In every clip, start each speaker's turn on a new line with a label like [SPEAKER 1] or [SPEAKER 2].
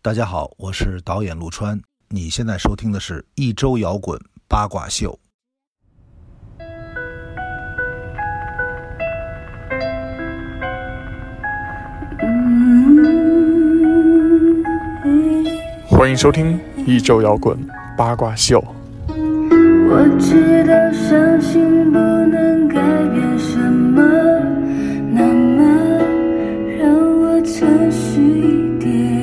[SPEAKER 1] 大家好，我是导演陆川。你现在收听的是一周摇滚八卦秀。
[SPEAKER 2] 欢迎收听一周摇滚八卦秀。
[SPEAKER 3] 我知道伤心不能改变什么，那么让我诚实一点。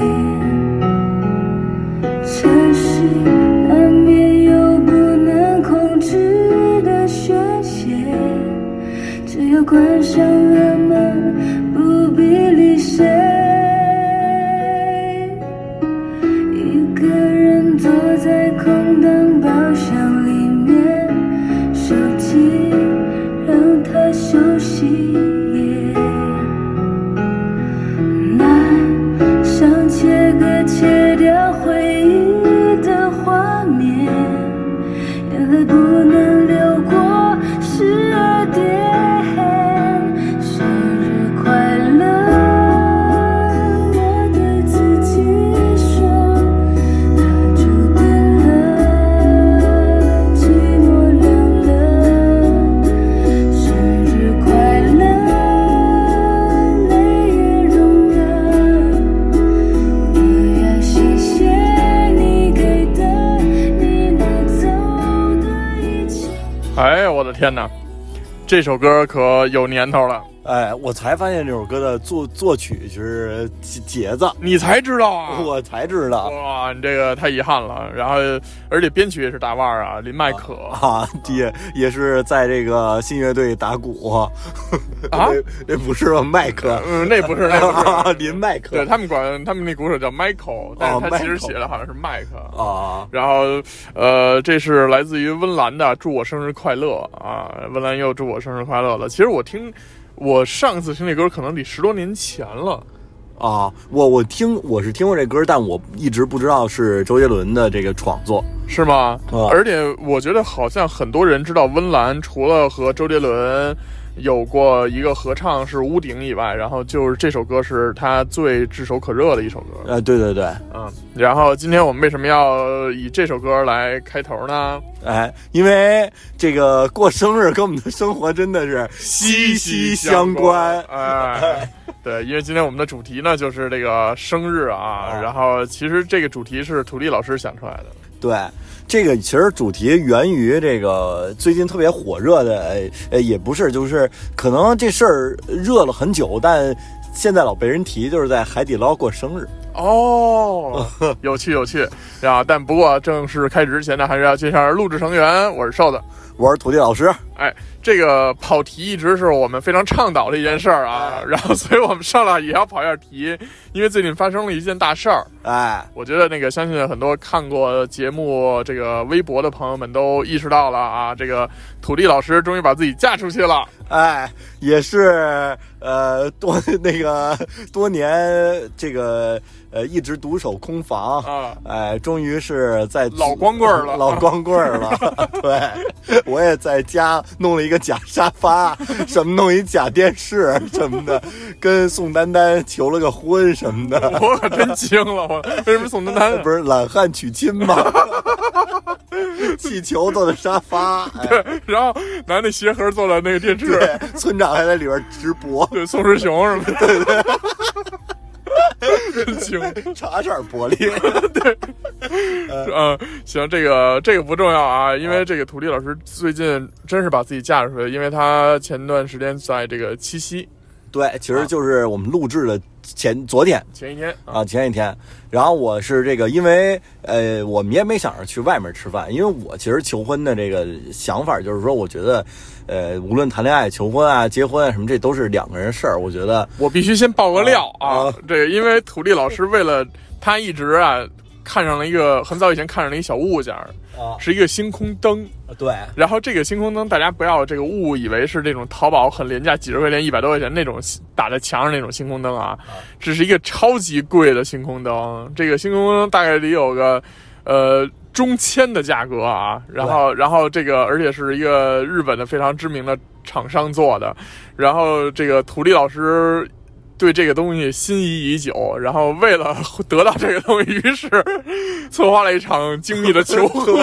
[SPEAKER 3] 城市难免有不能控制的宣泄，只要关上了门，不必理谁。一个人坐在空荡包厢里面，手机让它休息一夜。那想切割切掉回忆的画面，眼泪不能流过十二点。生日快乐，我对自己说。它注定了寂寞凉了，生日快乐，泪也融了。我要谢谢你给的，你拿走的一切。
[SPEAKER 2] 哎，我的天哪，这首歌可有年头了！
[SPEAKER 4] 哎，我才发现这首歌的作作曲是杰子，
[SPEAKER 2] 你才知道啊！
[SPEAKER 4] 我才知道
[SPEAKER 2] 哇，你这个太遗憾了。然后，而且编曲也是大腕儿啊，林麦可
[SPEAKER 4] 啊，也也是在这个新乐队打鼓 啊，
[SPEAKER 2] 啊
[SPEAKER 4] 这这不是吧麦克，
[SPEAKER 2] 嗯，那不是那不是，
[SPEAKER 4] 啊林麦克
[SPEAKER 2] 对他们管他们那鼓手叫哦 Michael，但是他其实写的好像是麦克。
[SPEAKER 4] 啊，
[SPEAKER 2] 然后，呃，这是来自于温岚的《祝我生日快乐》啊，温岚又祝我生日快乐了。其实我听，我上次听这歌可能得十多年前了。
[SPEAKER 4] 啊，我我听我是听过这歌，但我一直不知道是周杰伦的这个创作
[SPEAKER 2] 是吗？
[SPEAKER 4] 啊
[SPEAKER 2] 而且我觉得好像很多人知道温岚，除了和周杰伦有过一个合唱是《屋顶》以外，然后就是这首歌是他最炙手可热的一首歌。
[SPEAKER 4] 呃，对对对，
[SPEAKER 2] 嗯，然后今天我们为什么要以这首歌来开头呢？
[SPEAKER 4] 哎，因为这个过生日跟我们的生活真的是息息相关，
[SPEAKER 2] 哎，对，因为今天我们的主题呢就是这个生日啊，
[SPEAKER 4] 啊
[SPEAKER 2] 然后其实这个主题是土地老师想出来的。
[SPEAKER 4] 对，这个其实主题源于这个最近特别火热的，呃呃，也不是，就是可能这事儿热了很久，但现在老被人提，就是在海底捞过生日。
[SPEAKER 2] 哦，有趣有趣，然后但不过正式开始之前呢，还是要介绍一下录制成员，我是瘦子。
[SPEAKER 4] 我是土地老师，
[SPEAKER 2] 哎，这个跑题一直是我们非常倡导的一件事儿啊，然后所以我们上来也要跑一下题，因为最近发生了一件大事儿，
[SPEAKER 4] 哎，
[SPEAKER 2] 我觉得那个相信很多看过节目这个微博的朋友们都意识到了啊，这个土地老师终于把自己嫁出去了，
[SPEAKER 4] 哎，也是呃多 那个多年这个呃一直独守空房
[SPEAKER 2] 啊
[SPEAKER 4] 哎，终于是在
[SPEAKER 2] 老光棍儿了
[SPEAKER 4] 老光棍儿了。 对，我也在家弄了一个假沙发，什么弄一假电视什么的，跟宋丹丹求了个婚什么的，
[SPEAKER 2] 我可真惊了，我为什么宋丹丹啊
[SPEAKER 4] 不是懒汉娶亲吗？ 气球做的沙发，哎
[SPEAKER 2] 然后拿那鞋盒做了那个电视，
[SPEAKER 4] 对，村长还在里边直播，
[SPEAKER 2] 对，宋世雄什么的，对对， 真精。
[SPEAKER 4] 茶色玻璃。
[SPEAKER 2] 嗯，行，这个这个不重要啊，因为这个土地老师最近真是把自己嫁出去了，因为他前段时间在这个七夕
[SPEAKER 4] 对，其实就是我们录制的前昨天，
[SPEAKER 2] 前一天啊，
[SPEAKER 4] 啊，前几天，然后我是这个，因为呃，我们也没想着去外面吃饭，因为我其实求婚的这个想法就是说，我觉得，呃，无论谈恋爱、求婚啊、结婚啊什么，这都是两个人事儿。我觉得
[SPEAKER 2] 我必须先爆个料啊，
[SPEAKER 4] 啊啊
[SPEAKER 2] 这个因为土地老师为了他一直啊看上了一个很早以前看上了一小物件儿，
[SPEAKER 4] 啊，
[SPEAKER 2] 是一个星空灯。
[SPEAKER 4] 对，
[SPEAKER 2] 然后这个星空灯，大家不要这个误以为是这种淘宝很廉价，几十块钱、一百多块钱那种打在墙上那种星空灯啊，这是一个超级贵的星空灯。这个星空灯大概得有个，呃，中千的价格啊。然后，然后这个而且是一个日本的非常知名的厂商做的。然后这个土地老师对这个东西心仪已久，然后为了 得到这个东西，于是 策划了一场精密的求婚。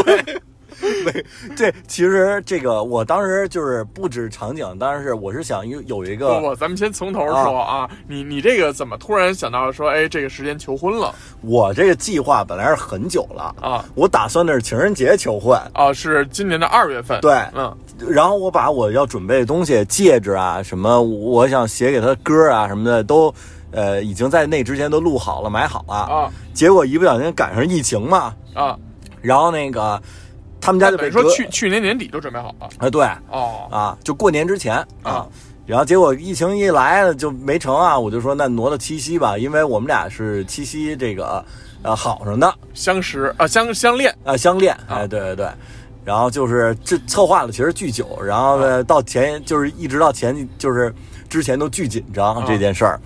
[SPEAKER 4] 这其实这个我当时就是布置场景，当然是我是想有有一
[SPEAKER 2] 不
[SPEAKER 4] 个，
[SPEAKER 2] 不，咱们先从头说啊，你你这个怎么突然想到说，哎，这个时间求婚了
[SPEAKER 4] 我这个计划本来是很久了，
[SPEAKER 2] 啊？
[SPEAKER 4] 我打算的是情人节求婚，
[SPEAKER 2] 啊，是今年的二月份。
[SPEAKER 4] 对
[SPEAKER 2] 嗯，
[SPEAKER 4] 然后我把我要准备的东西，戒指啊，什么我想写给他的歌啊什么的，都呃已经在那之前都录好了，买好了。
[SPEAKER 2] 啊
[SPEAKER 4] 结果一不小心赶上疫情嘛，
[SPEAKER 2] 啊，
[SPEAKER 4] 然后那个他们家
[SPEAKER 2] 那
[SPEAKER 4] 就
[SPEAKER 2] 等
[SPEAKER 4] 被
[SPEAKER 2] 于说
[SPEAKER 4] 隔
[SPEAKER 2] 去去年年底就准备好了。
[SPEAKER 4] 啊对
[SPEAKER 2] 哦，
[SPEAKER 4] 啊，就过年之前
[SPEAKER 2] 啊
[SPEAKER 4] 然后结果疫情一来了就没成啊，我就说那挪到七夕吧，因为我们俩是七夕这个呃好上的
[SPEAKER 2] 相识啊，相相恋
[SPEAKER 4] 啊相恋，哎对对对。然后就是这策划了，其实巨久，然后呢，到前就是一直到前就是之前都巨紧张这件事儿，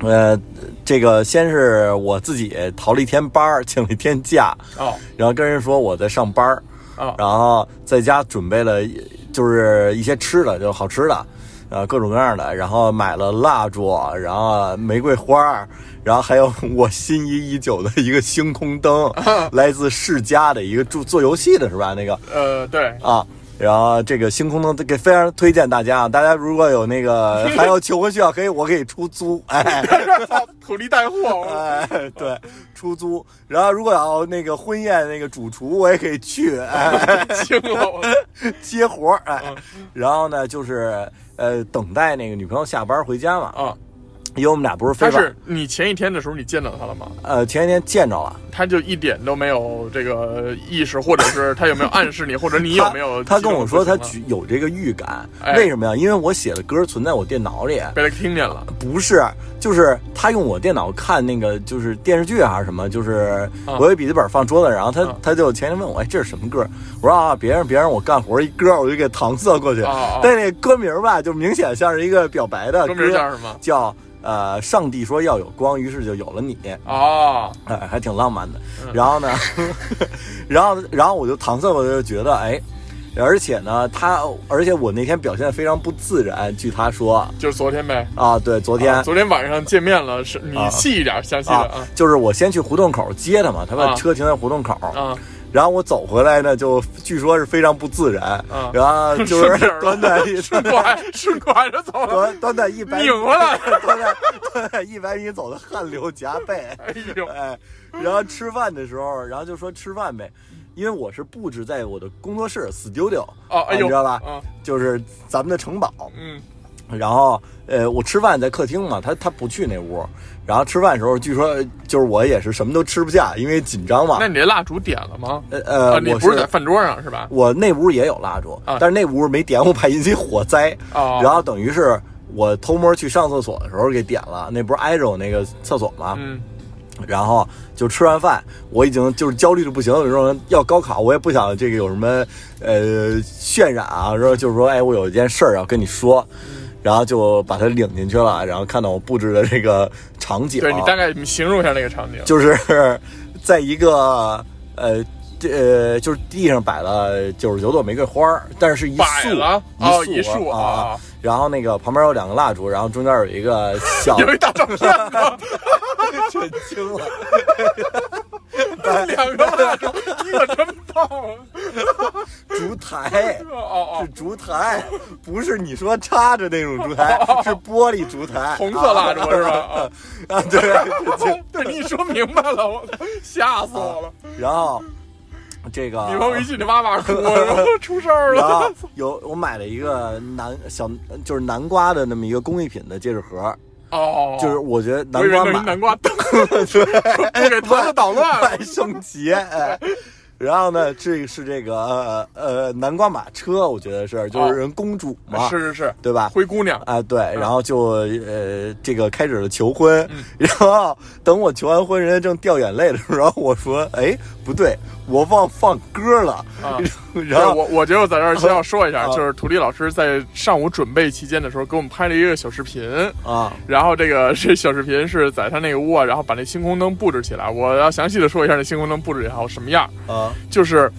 [SPEAKER 4] 呃，这个先是我自己逃了一天班儿，请了一天假，
[SPEAKER 2] 哦
[SPEAKER 4] 然后跟人说我在上班儿，
[SPEAKER 2] 哦
[SPEAKER 4] 然后在家准备了一就是一些吃的，就是好吃的，呃，各种各样的，然后买了蜡烛，然后玫瑰花儿，然后还有我心仪已久的一个星空灯，来自世嘉的一个做做游戏的是吧？那个
[SPEAKER 2] 呃，对，
[SPEAKER 4] 啊。然后这个星空灯给非常推荐大家啊！大家如果有那个还有求婚需要，可以我可以出租， 哎，
[SPEAKER 2] 土地带 货，
[SPEAKER 4] 哎，对，出租。然后如果要那个婚宴那个主厨，我也可以去，哎，
[SPEAKER 2] 惊了 我。
[SPEAKER 4] 接活儿，哎。
[SPEAKER 2] 嗯
[SPEAKER 4] 然后呢，就是呃，等待那个女朋友下班回家嘛，
[SPEAKER 2] 啊，
[SPEAKER 4] 因为我们俩不是飞
[SPEAKER 2] 但
[SPEAKER 4] 吧？
[SPEAKER 2] 是你前一天的时候你见到他了吗？
[SPEAKER 4] 呃，前一天见着了，
[SPEAKER 2] 他就一点都没有这个意识，或者是他有没有暗示你，或者你有没有
[SPEAKER 4] 他？他跟我说他
[SPEAKER 2] 举
[SPEAKER 4] 举有这个预感，
[SPEAKER 2] 哎
[SPEAKER 4] 为什么呀？因为我写的歌存在我电脑里。
[SPEAKER 2] 被他听见了
[SPEAKER 4] 不是，就是他用我电脑看那个，就是电视剧还是什么，就是
[SPEAKER 2] 啊
[SPEAKER 4] 我有笔记本放桌子，然后他
[SPEAKER 2] 啊
[SPEAKER 4] 他就前天问我，哎，这是什么歌？我说啊，别让别让我干活一歌，我就给搪塞过去。
[SPEAKER 2] 啊啊
[SPEAKER 4] 但那歌名吧，就明显像是一个表白的
[SPEAKER 2] 歌名叫
[SPEAKER 4] 歌，
[SPEAKER 2] 什么？
[SPEAKER 4] 叫呃，上帝说要有光，于是就有了你。
[SPEAKER 2] 哦，
[SPEAKER 4] 哎，还挺浪漫的
[SPEAKER 2] 嗯。
[SPEAKER 4] 然后呢， 然后然后我就搪塞，我就觉得哎，而且呢，他而且我那天表现得非常不自然，据他说
[SPEAKER 2] 就是昨天呗。
[SPEAKER 4] 啊，对，昨天。
[SPEAKER 2] 啊昨天晚上见面了，是你
[SPEAKER 4] 啊
[SPEAKER 2] 细一点详细的
[SPEAKER 4] 啊
[SPEAKER 2] 啊，
[SPEAKER 4] 就是我先去胡同口接他嘛，他把
[SPEAKER 2] 啊
[SPEAKER 4] 车停在胡同口，
[SPEAKER 2] 啊
[SPEAKER 4] 然后我走回来呢，就据说是非常不自然，
[SPEAKER 2] 啊
[SPEAKER 4] 然后呃就
[SPEAKER 2] 顺
[SPEAKER 4] 是
[SPEAKER 2] 点儿了
[SPEAKER 4] 短短一
[SPEAKER 2] 顺拐顺拐着走了，
[SPEAKER 4] 短短短一百米，
[SPEAKER 2] 拧过 来
[SPEAKER 4] 短短短短一百米走的汗流浃背，
[SPEAKER 2] 哎呦，
[SPEAKER 4] 哎，然后吃饭的时候，然后就说吃饭呗，因为我是布置在我的工作室 studio，
[SPEAKER 2] 哦，哎
[SPEAKER 4] 你
[SPEAKER 2] 呦，
[SPEAKER 4] 知道吧？
[SPEAKER 2] 啊，
[SPEAKER 4] 就是咱们的城堡。
[SPEAKER 2] 嗯，
[SPEAKER 4] 然后呃，我吃饭在客厅嘛，他他不去那屋。然后吃饭的时候，据说就是我也是什么都吃不下，因为紧张嘛
[SPEAKER 2] 那。你这蜡烛点了吗？
[SPEAKER 4] 呃
[SPEAKER 2] 啊，
[SPEAKER 4] 呃，
[SPEAKER 2] 你
[SPEAKER 4] 我
[SPEAKER 2] 不是在饭桌上是吧？
[SPEAKER 4] 我那屋也有蜡烛，
[SPEAKER 2] 啊
[SPEAKER 4] 但是那屋没点，我怕引起火灾。
[SPEAKER 2] 哦
[SPEAKER 4] 然后等于是我偷摸去上厕所的时候给点了，那不是挨着我那个厕所吗？
[SPEAKER 2] 嗯，
[SPEAKER 4] 然后就吃完饭，我已经就是焦虑的不行，有时候要高考，我也不想这个有什么呃渲染啊，说就是说，哎，我有一件事儿要跟你说，
[SPEAKER 2] 嗯
[SPEAKER 4] 然后就把他领进去了，然后看到我布置的这个场景，
[SPEAKER 2] 对你大概形容一下那个场景，
[SPEAKER 4] 就是在一个呃。这呃，就是地上摆了九十九朵玫瑰花儿，但是是一
[SPEAKER 2] 摆
[SPEAKER 4] 束
[SPEAKER 2] 了哦
[SPEAKER 4] 一
[SPEAKER 2] 一
[SPEAKER 4] 束
[SPEAKER 2] 束
[SPEAKER 4] 啊
[SPEAKER 2] 啊，
[SPEAKER 4] 然后那个旁边有两个蜡烛，然后中间有一个小
[SPEAKER 2] 有一大照片子，
[SPEAKER 4] 震惊了，
[SPEAKER 2] 两个蜡烛，你可真棒！
[SPEAKER 4] 烛台，
[SPEAKER 2] 哦哦
[SPEAKER 4] 是，烛台， 不是你说插着那种烛台，是玻璃烛台，
[SPEAKER 2] 哦红色蜡烛是吧？啊
[SPEAKER 4] 啊，啊对，
[SPEAKER 2] 对你一说明白了，我吓死我了！
[SPEAKER 4] 然后这个
[SPEAKER 2] 女朋友一进去哇
[SPEAKER 4] 啊
[SPEAKER 2] 哇哭，然后出事儿
[SPEAKER 4] 然后
[SPEAKER 2] 了。
[SPEAKER 4] 有我买了一个南小就是南瓜的那么一个工艺品的戒指盒，
[SPEAKER 2] 哦，
[SPEAKER 4] 就是我觉得
[SPEAKER 2] 我以为
[SPEAKER 4] 南瓜
[SPEAKER 2] 那是
[SPEAKER 4] 买
[SPEAKER 2] 南 瓜灯，不给团子捣乱
[SPEAKER 4] 万。圣节，哎。然后呢，这是这个呃呃南瓜马车，我觉得是就是人公主嘛，
[SPEAKER 2] 是是是，
[SPEAKER 4] 啊对吧？
[SPEAKER 2] 灰姑娘
[SPEAKER 4] 啊，对，然后就呃，这个开始了求婚，
[SPEAKER 2] 嗯
[SPEAKER 4] 然后等我求完婚，人家正掉眼泪的时候，我说，哎，不对，我忘放歌了，
[SPEAKER 2] 啊。
[SPEAKER 4] 然
[SPEAKER 2] 对
[SPEAKER 4] 后
[SPEAKER 2] 我我觉得我在这儿 先要说一下，
[SPEAKER 4] 啊
[SPEAKER 2] 就是土地老师在上午准备期间的时候，给我们拍了一个小视频。
[SPEAKER 4] 啊，
[SPEAKER 2] 然后这个这小视频是在他那个屋啊，然后把那星空灯布置起来。我要详细的说一下那星空灯布置起来什么样，
[SPEAKER 4] 啊
[SPEAKER 2] 就是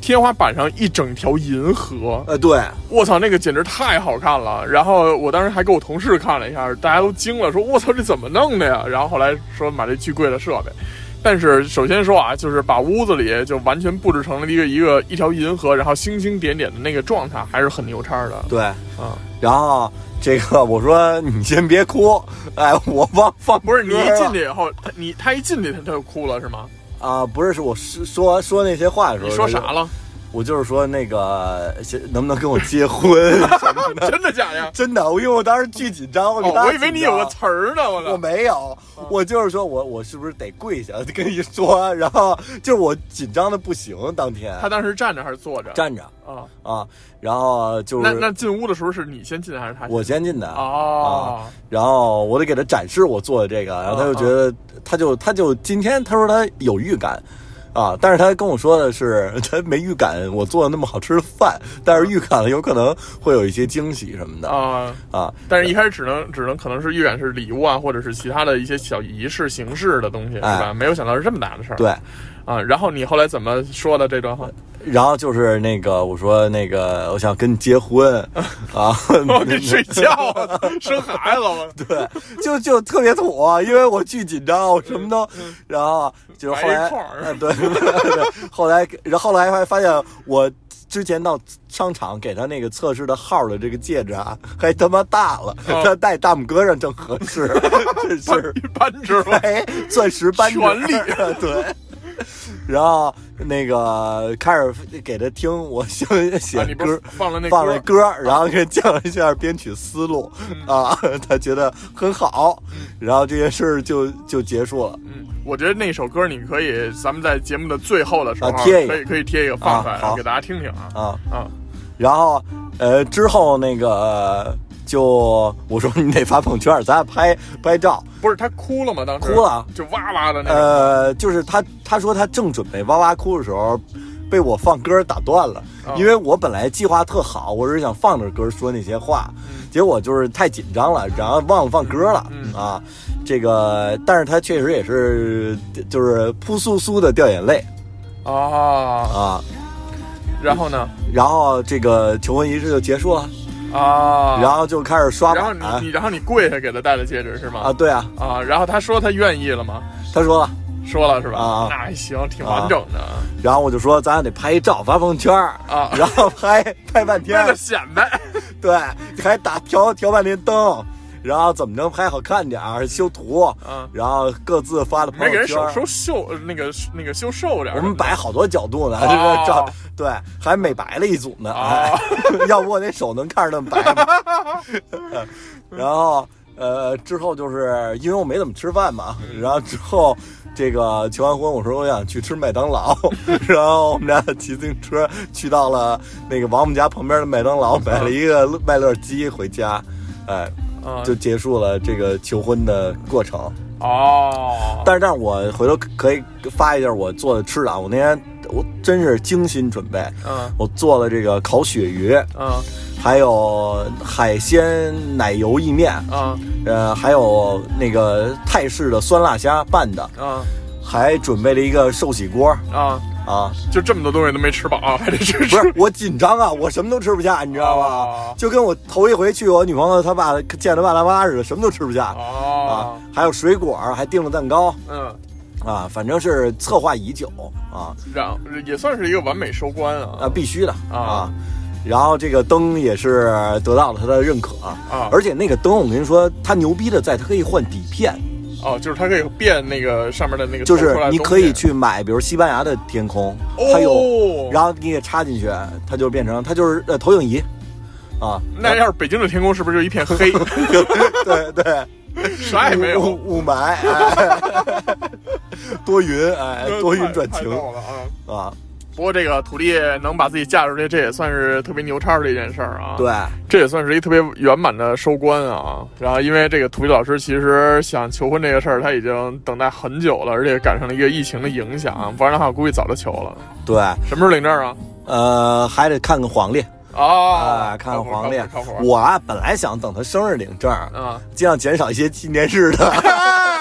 [SPEAKER 2] 天花板上一整条银河，
[SPEAKER 4] 呃，对，
[SPEAKER 2] 我操，那个简直太好看了！然后我当时还给我同事看了一下，大家都惊了，说：“我操，这怎么弄的呀？”然后后来说买了巨贵的设备，但是首先说啊，就是把屋子里就完全布置成了一个一个一条银河，然后星星点点的那个状态还是很牛叉的。
[SPEAKER 4] 对，
[SPEAKER 2] 啊，
[SPEAKER 4] 然后这个我说你先别哭，哎，我忘放
[SPEAKER 2] 不是你一
[SPEAKER 4] 歌
[SPEAKER 2] 进
[SPEAKER 4] 了
[SPEAKER 2] 去以后，他你他一进去他他就哭了是 吗？
[SPEAKER 4] 啊，不是，是我是说说那些话的时候，
[SPEAKER 2] 你说啥
[SPEAKER 4] 了？
[SPEAKER 2] 了？
[SPEAKER 4] 我就是说那个先能不能跟我结婚 什么的，
[SPEAKER 2] 真的假的呀？
[SPEAKER 4] 真的，因为我当时巨紧张，我给
[SPEAKER 2] 哦，
[SPEAKER 4] 大家
[SPEAKER 2] 我以为 你有个
[SPEAKER 4] 紧张
[SPEAKER 2] 词儿呢， 我
[SPEAKER 4] 我
[SPEAKER 2] 操！
[SPEAKER 4] 没有，
[SPEAKER 2] 嗯
[SPEAKER 4] 我就是说我我是不是得跪下跟你说，然后就是我紧张的不行，当天
[SPEAKER 2] 他当时站着还是坐着？
[SPEAKER 4] 站着
[SPEAKER 2] 啊，
[SPEAKER 4] 啊，然后就
[SPEAKER 2] 那那
[SPEAKER 4] 是
[SPEAKER 2] 进屋的时候是你先进还是他先？
[SPEAKER 4] 我先进的
[SPEAKER 2] 哦，
[SPEAKER 4] 然后我得给他展示我做的这个，然后他就觉
[SPEAKER 2] 嗯
[SPEAKER 4] 得，他就他就今天他说他有预感，啊，但是他跟我说的是 他没预感我做的那么好吃的饭，但是预感了有可能会有一些惊喜什么的
[SPEAKER 2] 啊。
[SPEAKER 4] 啊，
[SPEAKER 2] 但是，一开始只能只能可能是预感是礼物啊，或者是其他的一些小仪式形式的东西，是吧？
[SPEAKER 4] 哎
[SPEAKER 2] 没有想到是这么大的事儿。
[SPEAKER 4] 对，
[SPEAKER 2] 啊，然后你后来怎么说的这段话？
[SPEAKER 4] 然后就是那个我说那个我想跟你结 婚啊，
[SPEAKER 2] 我哦跟睡觉啊，生孩子了，
[SPEAKER 4] 对，就就特别土、啊因为我巨紧张，我什么都，然后就是后
[SPEAKER 2] 白
[SPEAKER 4] 来
[SPEAKER 2] 嗯一块儿，
[SPEAKER 4] 呃对， 对后来，然后后来还发现我之前到商场给他那个测试的号的这个戒指啊，还他妈大了，
[SPEAKER 2] 哦
[SPEAKER 4] 他戴大拇哥上正合适， 真 是。
[SPEAKER 2] 扳指了。
[SPEAKER 4] 哎，钻石扳指
[SPEAKER 2] 权力
[SPEAKER 4] 对。然后那个开始给他听我 写
[SPEAKER 2] 啊，
[SPEAKER 4] 写
[SPEAKER 2] 你不
[SPEAKER 4] 歌
[SPEAKER 2] 是，放了那
[SPEAKER 4] 放了
[SPEAKER 2] 歌？啊
[SPEAKER 4] 歌，然后给讲了一下编曲思路、
[SPEAKER 2] 嗯
[SPEAKER 4] 啊，他觉得很好，然后这件事儿就就结束了
[SPEAKER 2] 嗯，我觉得那首歌你可以，咱们在节目的最后的时候啊，
[SPEAKER 4] 啊贴一个
[SPEAKER 2] 可以可以贴一个放出来，
[SPEAKER 4] 啊
[SPEAKER 2] 然后
[SPEAKER 4] 好
[SPEAKER 2] 给大家听听啊
[SPEAKER 4] 啊。
[SPEAKER 2] 啊！
[SPEAKER 4] 然后呃之后那个、呃就我说你得发朋友圈，咱俩拍拍照。
[SPEAKER 2] 不是他哭了吗？当时
[SPEAKER 4] 哭了，
[SPEAKER 2] 就哇哇的那个。
[SPEAKER 4] 呃，就是他他说他正准备哇哇哭的时候，被我放歌打断了
[SPEAKER 2] 哦，
[SPEAKER 4] 因为我本来计划特好，我是想放着歌说那些话，结果就是太紧张了，然后忘了放歌了
[SPEAKER 2] 嗯
[SPEAKER 4] 啊。这个，但是他确实也是，就是扑簌簌的掉眼泪呃
[SPEAKER 2] 啊，
[SPEAKER 4] 啊。
[SPEAKER 2] 然后呢？
[SPEAKER 4] 然后这个求婚仪式就结束了，
[SPEAKER 2] 啊，
[SPEAKER 4] 然后就啊开始刷
[SPEAKER 2] 然后
[SPEAKER 4] 碗
[SPEAKER 2] 你你然后你跪下给他戴了戒指是吗？
[SPEAKER 4] 啊，对啊，
[SPEAKER 2] 啊，然后他说他愿意了吗？
[SPEAKER 4] 他说了，
[SPEAKER 2] 说了是吧？
[SPEAKER 4] 啊
[SPEAKER 2] 那还行，挺完整的
[SPEAKER 4] 然后我就说咱俩得拍一照发朋友圈儿
[SPEAKER 2] 啊
[SPEAKER 4] 然后拍拍半天，
[SPEAKER 2] 为了显 摆，
[SPEAKER 4] 对，还打调调半天灯，然后怎么能拍好看点儿，修图，
[SPEAKER 2] 嗯
[SPEAKER 4] 然后各自发的朋
[SPEAKER 2] 没给
[SPEAKER 4] 友
[SPEAKER 2] 人
[SPEAKER 4] 圈
[SPEAKER 2] 手
[SPEAKER 4] 儿。
[SPEAKER 2] 收秀那个那个修瘦点儿
[SPEAKER 4] 我
[SPEAKER 2] 什么的。
[SPEAKER 4] 们摆好多角度呢，
[SPEAKER 2] 哦
[SPEAKER 4] 这个照对，还美白了一组呢，哎
[SPEAKER 2] 哦
[SPEAKER 4] 要不我那手能看着那么白吗？ 然后呃，之后就是因为我没怎么吃饭嘛，
[SPEAKER 2] 嗯
[SPEAKER 4] 然后之后这个求完婚，我说我想去吃麦当劳， 然后我们俩骑自行车去到了那个王母家旁边的麦当劳，买了一个麦乐鸡回家，哎，
[SPEAKER 2] 啊
[SPEAKER 4] 就结束了这个求婚的过程。
[SPEAKER 2] 哦，
[SPEAKER 4] 但是，但是我回头可以发一下我做的吃的啊！我那天我真是精心准备，
[SPEAKER 2] 嗯
[SPEAKER 4] 我做了这个烤鳕鱼，
[SPEAKER 2] 嗯
[SPEAKER 4] 还有海鲜奶油意面，
[SPEAKER 2] 嗯
[SPEAKER 4] 呃，还有那个泰式的酸辣虾拌的，
[SPEAKER 2] 嗯
[SPEAKER 4] 还准备了一个寿喜锅
[SPEAKER 2] 啊，
[SPEAKER 4] 啊！
[SPEAKER 2] 就这么多东西都没吃饱，还得吃
[SPEAKER 4] 不
[SPEAKER 2] 吃
[SPEAKER 4] 是我紧张啊，我什么都吃不下，你知道
[SPEAKER 2] 哦
[SPEAKER 4] 吗？就跟我头一回去我女朋友她爸见她爸她妈似的，什么都吃不下 啊
[SPEAKER 2] 哦，！
[SPEAKER 4] 还有水果，还订了蛋糕。
[SPEAKER 2] 嗯，
[SPEAKER 4] 啊，反正是策划已久啊，
[SPEAKER 2] 然后也算是一个完美收官
[SPEAKER 4] 啊，
[SPEAKER 2] 啊
[SPEAKER 4] 必须的
[SPEAKER 2] 啊
[SPEAKER 4] 啊。然后这个灯也是得到了他的认可啊，
[SPEAKER 2] 啊！
[SPEAKER 4] 而且那个灯我跟你说，它牛逼的在它可以换底片，
[SPEAKER 2] 哦，就是它可以变那个上面的那个，
[SPEAKER 4] 就是你可以，去买，比如西班牙的天空，它有，
[SPEAKER 2] 哦，
[SPEAKER 4] 然后你给插进去，它就变成它就是呃投影仪啊，
[SPEAKER 2] 那要是北京的天空是不是就一片黑，
[SPEAKER 4] 对 对，
[SPEAKER 2] 啥也没有？
[SPEAKER 4] 雾雾霾，哎 多云哎， 多云转
[SPEAKER 2] 太
[SPEAKER 4] 晴
[SPEAKER 2] 逗了啊！
[SPEAKER 4] 啊，
[SPEAKER 2] 不过这个土地能把自己嫁出去，这也算是特别牛叉的一件事儿啊。
[SPEAKER 4] 对，
[SPEAKER 2] 这也算是一特别圆满的收官啊。然后，因为这个土地老师其实想求婚这个事儿，他已经等待很久了，而且赶上了一个疫情的影响，啊
[SPEAKER 4] 嗯
[SPEAKER 2] 不然的话估计早就求了。
[SPEAKER 4] 对，
[SPEAKER 2] 什么时候领证啊？
[SPEAKER 4] 呃，还得看看黄历。
[SPEAKER 2] 啊，
[SPEAKER 4] 啊，看看
[SPEAKER 2] 靠谱
[SPEAKER 4] 黄历
[SPEAKER 2] 靠谱靠。谱
[SPEAKER 4] 我啊，本来想等他生日领证，
[SPEAKER 2] 啊！
[SPEAKER 4] 尽量减少一些纪念日的。
[SPEAKER 2] 太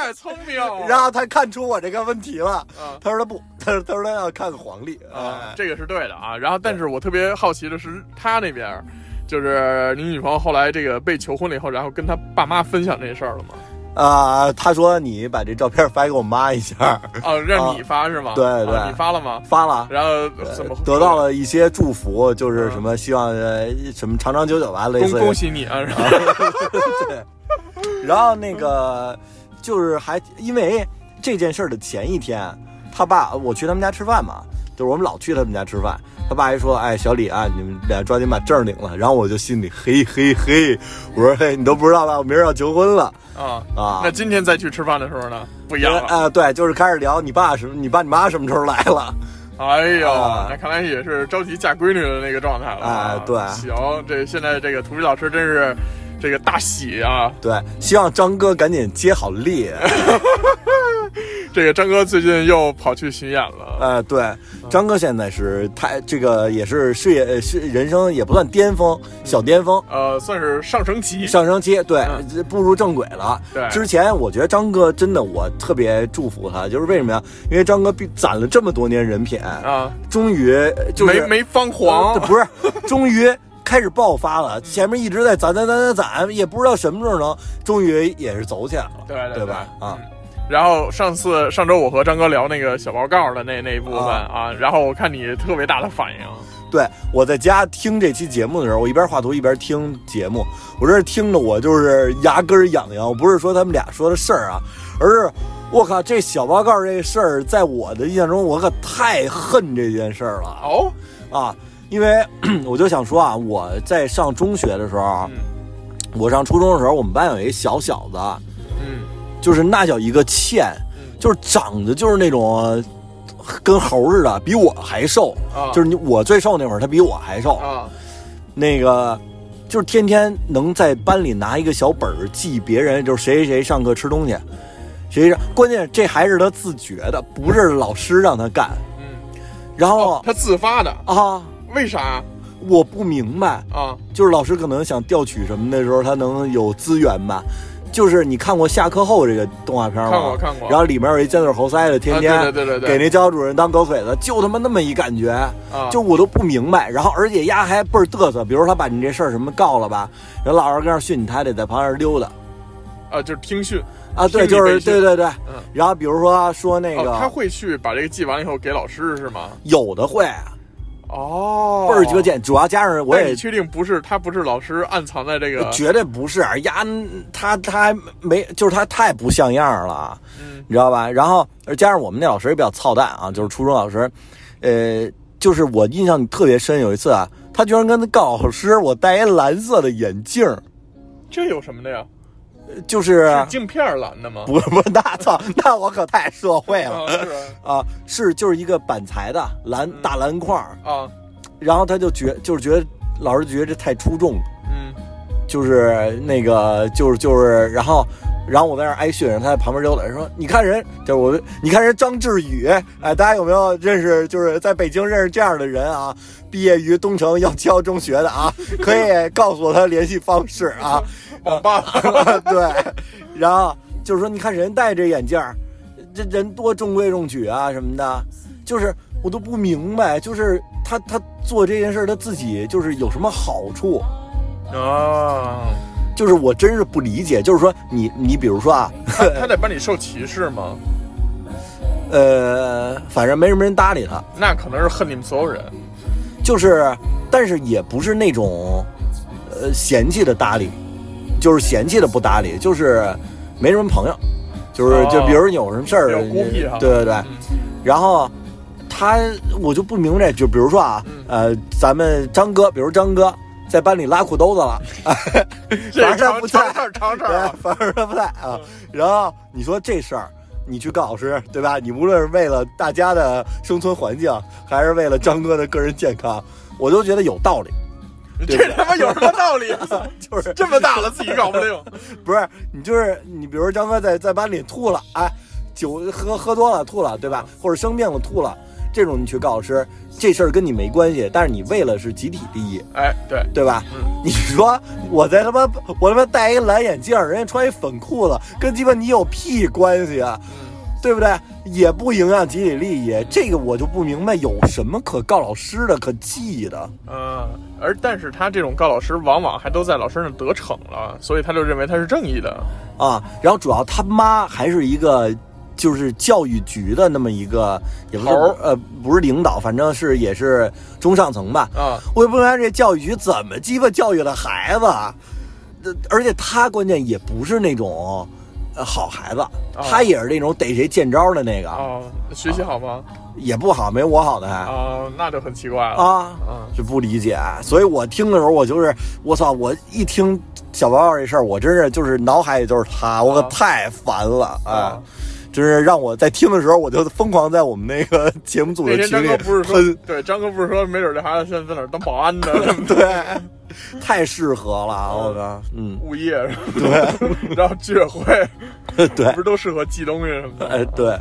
[SPEAKER 2] 哎聪明了。
[SPEAKER 4] 然后他看出我这个问题了，
[SPEAKER 2] 啊
[SPEAKER 4] 他说他不，他说他说他要看黄历
[SPEAKER 2] 啊，
[SPEAKER 4] 哎
[SPEAKER 2] 这个是对的啊。然后，但是我特别好奇的是，他那边儿就是你女朋友后来这个被求婚了以后，然后跟他爸妈分享这事儿了吗？
[SPEAKER 4] 啊，他说你把这照片发给我妈 一下，
[SPEAKER 2] 啊，让你发是吗？
[SPEAKER 4] 对
[SPEAKER 2] 啊
[SPEAKER 4] 对
[SPEAKER 2] 你发了吗？
[SPEAKER 4] 发了。
[SPEAKER 2] 然后怎么
[SPEAKER 4] 得到了一些祝福，就是什么希望呃什么长长久久吧，类
[SPEAKER 2] 恭
[SPEAKER 4] 似于
[SPEAKER 2] 恭喜你啊！然后
[SPEAKER 4] 然后那个就是还因为这件事儿的前一天，他爸我去他们家吃饭嘛，就是我们老去他们家吃饭，他爸还说：“哎，小李啊，你们俩抓紧把证儿领了。”然后我就心里嘿嘿嘿，我说：“哎嘿，你都不知道吧？我明儿要求婚了
[SPEAKER 2] 啊，
[SPEAKER 4] 啊！”
[SPEAKER 2] 那今天再去吃饭的时候呢，不一样了。
[SPEAKER 4] 啊、对，就是开始聊你爸什么，你爸你妈什么时候来了？
[SPEAKER 2] 哎呦，
[SPEAKER 4] 啊
[SPEAKER 2] 那看来也是着急嫁闺女的那个状态了啊
[SPEAKER 4] 哎对
[SPEAKER 2] 行，这现在这个图皮老师真是这个大喜啊！
[SPEAKER 4] 对，希望张哥赶紧接好力。
[SPEAKER 2] 这个张哥最近又跑去巡演了，
[SPEAKER 4] 呃，对，张哥现在是太这个也是事业呃是人生也不算巅峰，小巅峰。
[SPEAKER 2] 呃，算是上升期。
[SPEAKER 4] 上升期，对
[SPEAKER 2] 嗯，
[SPEAKER 4] 这步入正轨了。
[SPEAKER 2] 对
[SPEAKER 4] 之前我觉得张哥真的，我特别祝福他，就是为什么呀？因为张哥毕攒了这么多年人品，
[SPEAKER 2] 啊，
[SPEAKER 4] 终于呃就是
[SPEAKER 2] 没没方
[SPEAKER 4] 呃
[SPEAKER 2] 黄，
[SPEAKER 4] 不是，终于开始爆发了。前面一直在攒攒攒攒攒，也不知道什么时候能，终于也是走起来了，
[SPEAKER 2] 对对
[SPEAKER 4] 吧？啊，
[SPEAKER 2] 嗯然后上次上周我和张哥聊那个小报告的那那一部分啊然后我看你特别大的反应，
[SPEAKER 4] 对，我在家听这期节目的时候，我一边画图一边听节目，我这是听着我就是牙根儿痒痒。我不是说他们俩说的事儿啊，而是我靠，这小报告这事儿，在我的印象中，我可太恨这件事儿了
[SPEAKER 2] 哦，
[SPEAKER 4] 啊！因为我就想说啊，我在上中学的时候啊，
[SPEAKER 2] 嗯
[SPEAKER 4] 我上初中的时候，我们班有一小小子，
[SPEAKER 2] 嗯
[SPEAKER 4] 就是那叫一个欠，
[SPEAKER 2] 嗯
[SPEAKER 4] 就是长得就是那种呃跟猴似的，比我还瘦，
[SPEAKER 2] 啊
[SPEAKER 4] 就是你我最瘦那会儿，他比我还瘦。
[SPEAKER 2] 啊
[SPEAKER 4] 那个就是天天能在班里拿一个小本儿记别人，就是谁谁谁上课吃东西，谁谁，关键这还是他自觉的，不是老师让他干。
[SPEAKER 2] 嗯，
[SPEAKER 4] 然后、
[SPEAKER 2] 哦，他自发的，
[SPEAKER 4] 啊，
[SPEAKER 2] 为啥
[SPEAKER 4] 我不明白，
[SPEAKER 2] 啊？
[SPEAKER 4] 就是老师可能想调取什么的时候，他能有资源吧。就是你看过下课后这个动画片吗？
[SPEAKER 2] 看过看过
[SPEAKER 4] 然后里面有一尖嘴猴腮的，天天、
[SPEAKER 2] 啊对对对对对
[SPEAKER 4] 给那教导主任当狗腿子，就他妈那么一感觉。
[SPEAKER 2] 啊，
[SPEAKER 4] 就我都不明白。然后而且丫还倍儿嘚瑟，比如他把你这事儿什么告了吧，然后老师跟那儿训你，他还得在旁边溜达
[SPEAKER 2] 啊，就是听训，
[SPEAKER 4] 啊。对，
[SPEAKER 2] 训你
[SPEAKER 4] 就是
[SPEAKER 2] 背训
[SPEAKER 4] 对对对。
[SPEAKER 2] 嗯
[SPEAKER 4] 然后比如说说那个、
[SPEAKER 2] 哦，他会去把这个记完了以后给老师是吗？
[SPEAKER 4] 有的会
[SPEAKER 2] 哦
[SPEAKER 4] 倍，儿绝。见，主要加上我
[SPEAKER 2] 但哦哎你
[SPEAKER 4] 也。
[SPEAKER 2] 确定不是他不是老师暗藏在这个？
[SPEAKER 4] 绝对不是丫，他他还没，就是他太不像样了，
[SPEAKER 2] 嗯
[SPEAKER 4] 你知道吧？然后而加上我们那老师也比较操蛋啊，就是初中老师，呃，就是我印象特别深，有一次啊，他居然跟他告老师，我戴一蓝色的眼镜儿，
[SPEAKER 2] 这有什么的呀？
[SPEAKER 4] 就是
[SPEAKER 2] 是镜片儿蓝的吗？
[SPEAKER 4] 啊不是 不是，那操，那我可太社会
[SPEAKER 2] 啊，
[SPEAKER 4] 了
[SPEAKER 2] 是啊
[SPEAKER 4] 啊！是就是一个板材的蓝
[SPEAKER 2] 嗯
[SPEAKER 4] 大蓝块儿，
[SPEAKER 2] 啊，
[SPEAKER 4] 然后他就觉就是觉得老师觉得这太出众，
[SPEAKER 2] 嗯，
[SPEAKER 4] 就是那个就是就是，然后然后我在那儿挨训，然后他在旁边溜达说：“你看人，就是我你看人张志宇，哎，大家有没有认识？就是在北京认识这样的人啊？毕业于东城幺七幺中学的啊，可以告诉我他联系方式啊。”
[SPEAKER 2] 网吧
[SPEAKER 4] 对，然后就是说，你看人戴这眼镜儿，这人多中规中矩啊什么的，就是我都不明白，就是他他做这件事儿他自己就是有什么好处，
[SPEAKER 2] 啊，
[SPEAKER 4] 就是我真是不理解，就是说你你比如说啊，
[SPEAKER 2] 他他在班里受歧视吗？
[SPEAKER 4] 呃，反正没什么人搭理他，
[SPEAKER 2] 那可能是恨你们所有人
[SPEAKER 4] 就是但是也不是那种呃嫌弃的搭理，就是嫌弃的不搭理，就是没什么朋友。就是，就比如你有什么事儿，
[SPEAKER 2] 哦
[SPEAKER 4] 呃
[SPEAKER 2] 比较孤僻哈。
[SPEAKER 4] 对对对，
[SPEAKER 2] 嗯
[SPEAKER 4] 然后他我就不明白，就比如说啊，
[SPEAKER 2] 嗯
[SPEAKER 4] 呃，咱们张哥，比如张哥在班里拉裤兜子了，
[SPEAKER 2] 这
[SPEAKER 4] 反正他不在
[SPEAKER 2] 尝，尝尝尝
[SPEAKER 4] 对
[SPEAKER 2] 啊，
[SPEAKER 4] 反正他不在啊。然后你说这事儿。你去告老师，对吧？你无论是为了大家的生存环境，还是为了张哥的个人健康，我都觉得有道理。对
[SPEAKER 2] 这他妈有什么道理？啊
[SPEAKER 4] 就是
[SPEAKER 2] 这么大了自己搞不定，
[SPEAKER 4] 不是你就是你，比如说张哥在在班里吐了，哎，酒喝喝多了吐了，对吧？或者生病了吐了，这种你去告老师，这事儿跟你没关系，但是你为了是集体利益，
[SPEAKER 2] 哎，对，
[SPEAKER 4] 对吧？
[SPEAKER 2] 嗯
[SPEAKER 4] 你说我在他妈我他妈戴一蓝眼镜，人家穿一粉裤子，跟鸡巴你有屁关系啊？对不对？也不影响集体利益，这个我就不明白有什么可告老师的、可记的。
[SPEAKER 2] 嗯，而但是他这种告老师，往往还都在老师那儿得逞了，所以他就认为他是正义的。
[SPEAKER 4] 啊，然后主要他妈还是一个就是教育局的那么一个，也不是
[SPEAKER 2] 头儿
[SPEAKER 4] 呃不是领导，反正是也是中上层吧。
[SPEAKER 2] 啊，
[SPEAKER 4] 我也不明白这教育局怎么鸡巴教育了孩子，啊，呃而且他关键也不是那种呃好孩
[SPEAKER 2] 啊
[SPEAKER 4] 子，他也是那种逮谁见招的那个，
[SPEAKER 2] 哦，学习好吗？
[SPEAKER 4] 也不好，没我好的还
[SPEAKER 2] 哦，那就很奇怪了。
[SPEAKER 4] 啊
[SPEAKER 2] 嗯，
[SPEAKER 4] 就不理解，所以我听的时候，我就是我操！我一听小娃娃这事儿，我真是就是脑海里就是他，我可
[SPEAKER 2] 啊
[SPEAKER 4] 太烦了啊
[SPEAKER 2] 啊！
[SPEAKER 4] 真是让我在听的时候，我就疯狂在我们那 个节目组
[SPEAKER 2] 那
[SPEAKER 4] 的
[SPEAKER 2] 天
[SPEAKER 4] 群
[SPEAKER 2] 张
[SPEAKER 4] 里
[SPEAKER 2] 哥不是说
[SPEAKER 4] 喷，，
[SPEAKER 2] 对，张哥不是说，没准这孩子现在在哪儿当保安呢，
[SPEAKER 4] 对，太适合了，
[SPEAKER 2] 啊
[SPEAKER 4] 我操，嗯，
[SPEAKER 2] 物业什么的， 然后居委会
[SPEAKER 4] 对
[SPEAKER 2] 不。是都适合寄东西什么的。
[SPEAKER 4] 哎，对，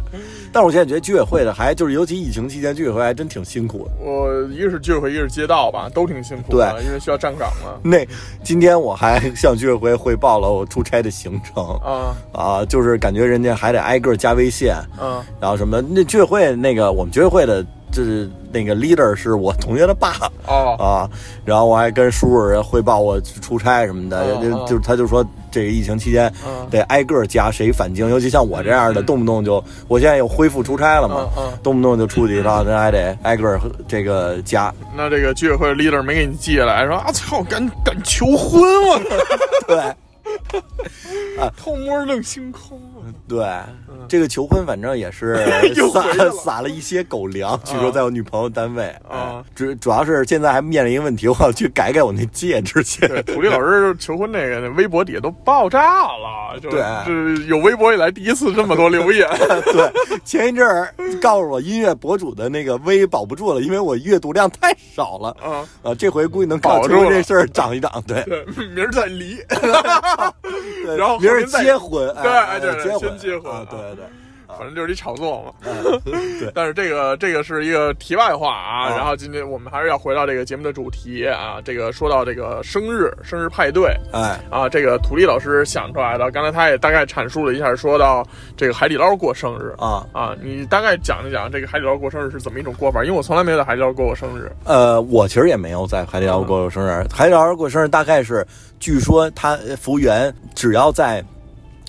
[SPEAKER 4] 但是我现在觉得居委会的还就是，尤其疫情期间，居委会还真挺辛苦的。
[SPEAKER 2] 我一个是居委会，一个是街道吧，都挺辛苦的，因为需要站岗嘛。
[SPEAKER 4] 那今天我还 向居委会汇报了我出差的行程
[SPEAKER 2] 啊
[SPEAKER 4] 啊，就是感觉人家还得挨个加微信，
[SPEAKER 2] 啊
[SPEAKER 4] 然后什么那居委会那个我们居委会的就是那个 leader 是我同学的爸
[SPEAKER 2] 哦
[SPEAKER 4] 啊，然后我还跟叔叔汇报我出差什么的，
[SPEAKER 2] 哦
[SPEAKER 4] 人家
[SPEAKER 2] 哦
[SPEAKER 4] 就是他就说这个疫情期间
[SPEAKER 2] 嗯
[SPEAKER 4] 得挨个加谁返京，尤其像我这样的，动不动就我现在又恢复出差了嘛
[SPEAKER 2] 嗯嗯，
[SPEAKER 4] 动不动就出去一趟，那还得挨个这个加，
[SPEAKER 2] 那这个居委会 leader 没给你寄下来，说啊操，敢敢求婚我操，
[SPEAKER 4] 对
[SPEAKER 2] 偷摸弄星空啊。
[SPEAKER 4] 对。这个求婚反正也是
[SPEAKER 2] 又回去
[SPEAKER 4] 撒
[SPEAKER 2] 了嗯
[SPEAKER 4] 撒了一些狗粮，据说在我女朋友单位
[SPEAKER 2] 啊
[SPEAKER 4] 哎主主要是现在还面临一个问题，我要去改改我那戒指去。
[SPEAKER 2] 对，土地老师求婚那个，那微博底下都爆炸了，就
[SPEAKER 4] 对
[SPEAKER 2] 就是有微博以来第一次这么多留言。
[SPEAKER 4] 对， 前一阵儿告诉我音乐博主的那个微保不住了，因为我阅读量太少了。
[SPEAKER 2] 啊，
[SPEAKER 4] 呃，这回估计能靠
[SPEAKER 2] 保
[SPEAKER 4] 求
[SPEAKER 2] 住了
[SPEAKER 4] 婚这事儿涨一涨，对，
[SPEAKER 2] 对，明儿再离。
[SPEAKER 4] 对
[SPEAKER 2] 然后
[SPEAKER 4] 明
[SPEAKER 2] 后
[SPEAKER 4] 儿
[SPEAKER 2] 面再
[SPEAKER 4] 结婚，
[SPEAKER 2] 对
[SPEAKER 4] 哎，
[SPEAKER 2] 对
[SPEAKER 4] 哎
[SPEAKER 2] 对
[SPEAKER 4] 结婚，
[SPEAKER 2] 先结婚
[SPEAKER 4] 啊
[SPEAKER 2] 啊
[SPEAKER 4] 对对对，
[SPEAKER 2] 反正就是一炒作 嘛。
[SPEAKER 4] 对
[SPEAKER 2] 但是这个这个是一个题外话啊，
[SPEAKER 4] 啊
[SPEAKER 2] 然后今天我们还是要回到这个节目的主题啊，这个说到这个生日生日派对
[SPEAKER 4] 哎，
[SPEAKER 2] 啊，这个土力老师想出来的，刚才他也大概阐述了一下，说到这个海底捞过生日。
[SPEAKER 4] 啊，
[SPEAKER 2] 啊，你大概讲一讲这个海底捞过生日是怎么一种过法？因为我从来没有在海底捞过过生日。
[SPEAKER 4] 呃，我其实也没有在海底捞过生日，海底捞过生日大概是，据说他呃服务员只要在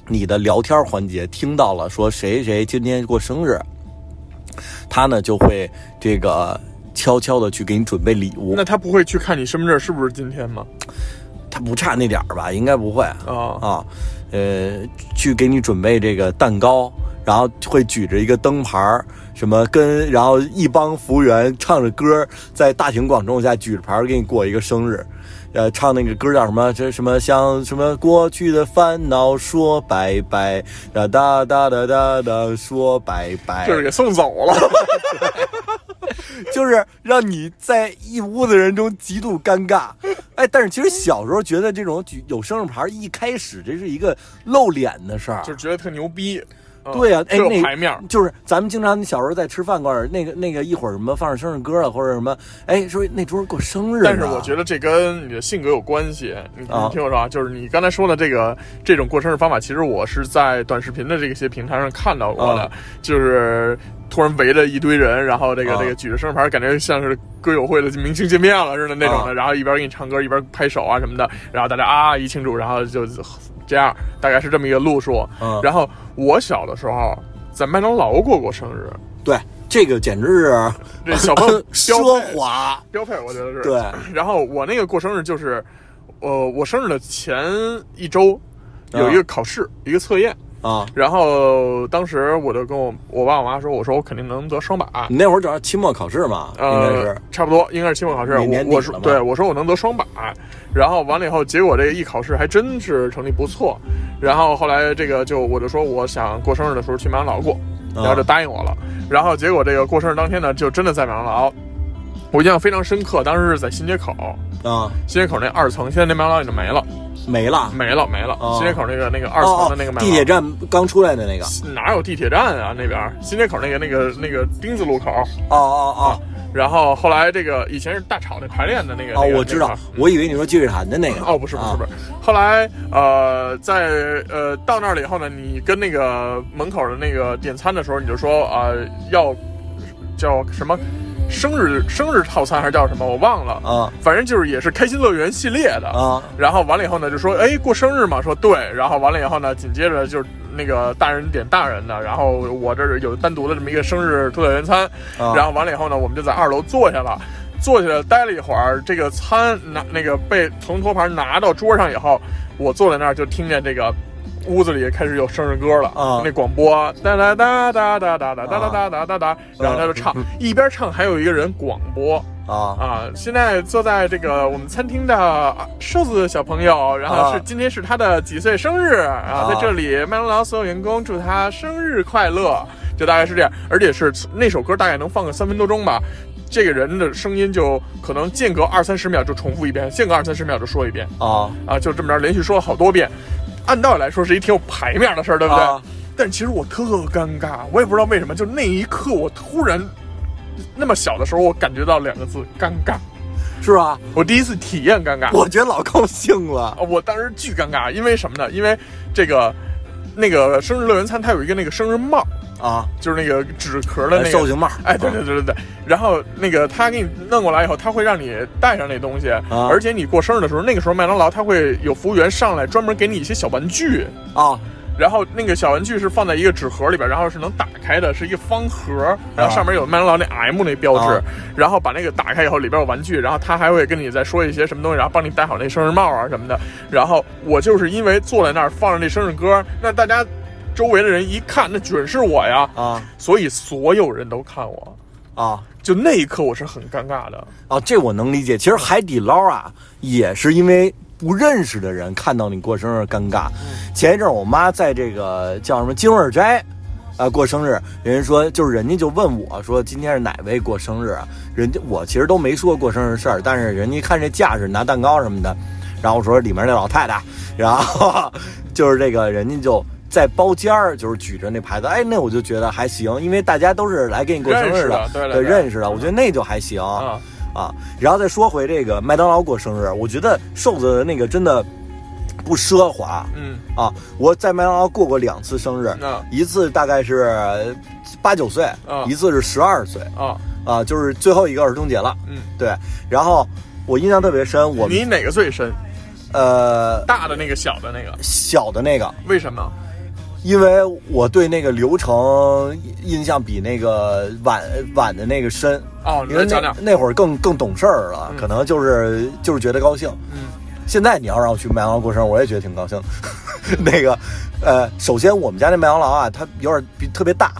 [SPEAKER 4] 你的聊天环节听到了说谁谁今天过生日，他呢就会这个悄悄的去给你准备礼物
[SPEAKER 2] 那，他不会去看你身份证是不是今天吗？
[SPEAKER 4] 他不差那点儿吧，应该不会。
[SPEAKER 2] 啊
[SPEAKER 4] 啊，呃，去给你准备这个蛋糕，然后会举着一个灯牌儿，什么跟，然后一帮服务员唱着歌儿，在大庭广众下举着牌儿给你过一个生日，呃，唱那个歌儿叫什么？这什么像什么过去的烦恼说拜拜，哒哒哒哒哒哒说拜拜，
[SPEAKER 2] 就是给送走了。
[SPEAKER 4] 就是让你在一屋子人中极度尴尬。哎，但是其实小时候觉得这种举有生日牌儿，一开始这是一个露脸的事儿，
[SPEAKER 2] 就是觉得特牛逼。啊
[SPEAKER 4] 对呀、哎，
[SPEAKER 2] 特
[SPEAKER 4] 那
[SPEAKER 2] 有牌面儿
[SPEAKER 4] 就是咱们经常，你小时候在吃饭馆儿，那个那个一会儿什么放着生日歌了，或者什么，哎，说那桌儿过生日呢，
[SPEAKER 2] 但是我觉得这跟你的性格有关系。你
[SPEAKER 4] 啊
[SPEAKER 2] 你听我说啊，就是你刚才说的这个这种过生日方法，其实我是在短视频的这些平台上看到过的，
[SPEAKER 4] 啊
[SPEAKER 2] 就是突然围着一堆人，然后这个、
[SPEAKER 4] 啊
[SPEAKER 2] 这个举着生日牌，感觉像是歌友会的明星见面了似的那种的，
[SPEAKER 4] 啊
[SPEAKER 2] 然后一边给你唱歌一边拍手啊什么的，然后大家啊一庆祝，然后就这样，大概是这么一个路数。
[SPEAKER 4] 嗯
[SPEAKER 2] 然后我小的时候在麦当劳过过生日，
[SPEAKER 4] 对这个简直是
[SPEAKER 2] 这小 朋友标
[SPEAKER 4] 奢
[SPEAKER 2] 配
[SPEAKER 4] 华，
[SPEAKER 2] 标配，我觉得是
[SPEAKER 4] 对。
[SPEAKER 2] 然后我那个过生日就是，呃，我生日的前一周有一个考试，一个测验。
[SPEAKER 4] 啊。
[SPEAKER 2] 然后当时我就跟我我爸我妈说，我说我肯定能得双百，
[SPEAKER 4] 你那会儿正好期末考试嘛，应该
[SPEAKER 2] 呃
[SPEAKER 4] 是，
[SPEAKER 2] 差不多应该是期末考试。
[SPEAKER 4] 每
[SPEAKER 2] 我
[SPEAKER 4] 年
[SPEAKER 2] 我
[SPEAKER 4] 底了
[SPEAKER 2] 说
[SPEAKER 4] 嘛
[SPEAKER 2] 对，我说我能得双百，然后完了以后，结果这一考试还真是成绩不错。然后后来这个就我就说我想过生日的时候
[SPEAKER 4] 啊
[SPEAKER 2] 去麦当劳过，然后就答应我了。然后结果这个过生日当天呢，就真的在麦当劳。我印象非常深刻，当时是在新街口，
[SPEAKER 4] 啊，
[SPEAKER 2] 新街口那二层，现在那麦当劳已经没了，
[SPEAKER 4] 没了。
[SPEAKER 2] 没了，没了。
[SPEAKER 4] 哦
[SPEAKER 2] 新街口那个那个二层
[SPEAKER 4] 哦
[SPEAKER 2] 的
[SPEAKER 4] 哦
[SPEAKER 2] 那个麦当劳、嗯
[SPEAKER 4] 地铁站刚出来的那个。
[SPEAKER 2] 哪有地铁站啊？那边儿新街口那个那个那个丁字路口，
[SPEAKER 4] 哦哦
[SPEAKER 2] 然后后来这个以前是大炒那排练的那个
[SPEAKER 4] 哦哦
[SPEAKER 2] 那，个
[SPEAKER 4] 我知道
[SPEAKER 2] 那，个
[SPEAKER 4] 我以为你说积水潭的那个。
[SPEAKER 2] 哦，不是不是不
[SPEAKER 4] 啊
[SPEAKER 2] 是，后来呃，在呃到那儿了以后呢，你跟那个门口的那个点餐的时候，你就说啊、呃要叫什么生日生日套餐还是叫什么，我忘了，
[SPEAKER 4] 啊
[SPEAKER 2] 反正就是也是开心乐园系列的
[SPEAKER 4] 啊
[SPEAKER 2] 然后完了以后呢，就说哎过生日嘛，说对，然后完了以后呢，紧接着就是那个大人点大人的，然后我这儿有单独的这么一个生日特点餐，
[SPEAKER 4] 啊
[SPEAKER 2] 然后完了以后呢，我们就在二楼坐下了。坐下来待了一会儿，这个餐拿那个被从托盘拿到桌上以后，我坐在那儿就听见这个屋子里开始有生日歌了，
[SPEAKER 4] 啊
[SPEAKER 2] 那广播哒哒哒哒哒哒哒哒哒哒哒哒哒，然后他就唱，一边唱还有一个人广播，
[SPEAKER 4] 啊
[SPEAKER 2] 啊，现在坐在这个我们餐厅的啊瘦子小朋友，然后是、
[SPEAKER 4] 啊
[SPEAKER 2] 今天是他的几岁生日啊，
[SPEAKER 4] 啊
[SPEAKER 2] 在这里麦当劳所有员工祝他生日快乐，就大概是这样，而且是那首歌大概能放个三分多钟吧。这个人的声音就可能间隔二三十秒就重复一遍，间隔二三十秒就说一遍
[SPEAKER 4] 啊
[SPEAKER 2] 啊，就这么着连续说了好多遍。按道理来说是一挺有排面的事儿，对不对？
[SPEAKER 4] 啊
[SPEAKER 2] 但其实我特尴尬，我也不知道为什么，就那一刻我突然那么小的时候，我感觉到两个字尴尬。
[SPEAKER 4] 是吧？
[SPEAKER 2] 我第一次体验尴尬，
[SPEAKER 4] 我觉得老高兴了
[SPEAKER 2] 啊我当时巨尴尬，因为什么呢？因为这个那个生日乐园餐，它有一个那个生日帽，
[SPEAKER 4] 啊，
[SPEAKER 2] 就是那个纸壳的那
[SPEAKER 4] 寿
[SPEAKER 2] 个。
[SPEAKER 4] 星帽。
[SPEAKER 2] 哎，对对对对对，然后那个他给你弄过来以后，他会让你带上那东西，
[SPEAKER 4] 啊
[SPEAKER 2] 而且你过生日的时候，那个时候麦当劳他会有服务员上来专门给你一些小玩具，
[SPEAKER 4] 啊
[SPEAKER 2] 然后那个小玩具是放在一个纸盒里边，然后是能打开的，是一个方盒，然后上面有麦当劳那 M 那标志，
[SPEAKER 4] 啊
[SPEAKER 2] 然后把那个打开以后里边有玩具，然后他还会跟你再说一些什么东西，然后帮你戴好那生日帽啊什么的。然后我就是因为坐在那儿放着那生日歌，那大家周围的人一看，那准是我呀，
[SPEAKER 4] 啊
[SPEAKER 2] 所以所有人都看我，
[SPEAKER 4] 啊！
[SPEAKER 2] 就那一刻我是很尴尬的。
[SPEAKER 4] 哦，这我能理解。其实海底捞啊，也是因为不认识的人看到你过生日尴尬。
[SPEAKER 2] 嗯
[SPEAKER 4] 前一阵儿我妈在这个叫什么金味斋。啊，过生日，人家说就是人家就问我说今天是哪位过生日啊？人家我其实都没说过生日事儿，但是人家一看这架势拿蛋糕什么的，然后我说里面那老太太，然后就是这个人家就在包间儿，就是举着那牌子，哎，那我就觉得还行，因为大家都是来给你过生
[SPEAKER 2] 认识
[SPEAKER 4] 日
[SPEAKER 2] 的对对嗯对
[SPEAKER 4] 对，认识的，我觉得那就还行
[SPEAKER 2] 啊，
[SPEAKER 4] 啊，然后再说回这个麦当劳过生日，我觉得瘦子的那个真的不奢华
[SPEAKER 2] 嗯，
[SPEAKER 4] 啊。我在麦当劳过过两次生日，
[SPEAKER 2] 那
[SPEAKER 4] 一次大概是八九岁，
[SPEAKER 2] 啊
[SPEAKER 4] 一次是十二岁
[SPEAKER 2] 啊，
[SPEAKER 4] 啊，就是最后一个儿童节了。
[SPEAKER 2] 嗯，
[SPEAKER 4] 对，然后我印象特别深，我们
[SPEAKER 2] 你哪个最深？
[SPEAKER 4] 呃
[SPEAKER 2] 大的那个，小的那个？
[SPEAKER 4] 小的那个，
[SPEAKER 2] 为什么？
[SPEAKER 4] 因为我对那个流程印象比那个晚晚的那个深。
[SPEAKER 2] 哦，你
[SPEAKER 4] 因为
[SPEAKER 2] 再
[SPEAKER 4] 那
[SPEAKER 2] 讲嗯讲。
[SPEAKER 4] 那会儿更更懂事儿了，可能就是就是觉得高兴。
[SPEAKER 2] 嗯，
[SPEAKER 4] 现在你要让我去麦当劳过生日，我也觉得挺高兴。 那个，呃，首先我们家那麦当劳啊，它有点比特别大，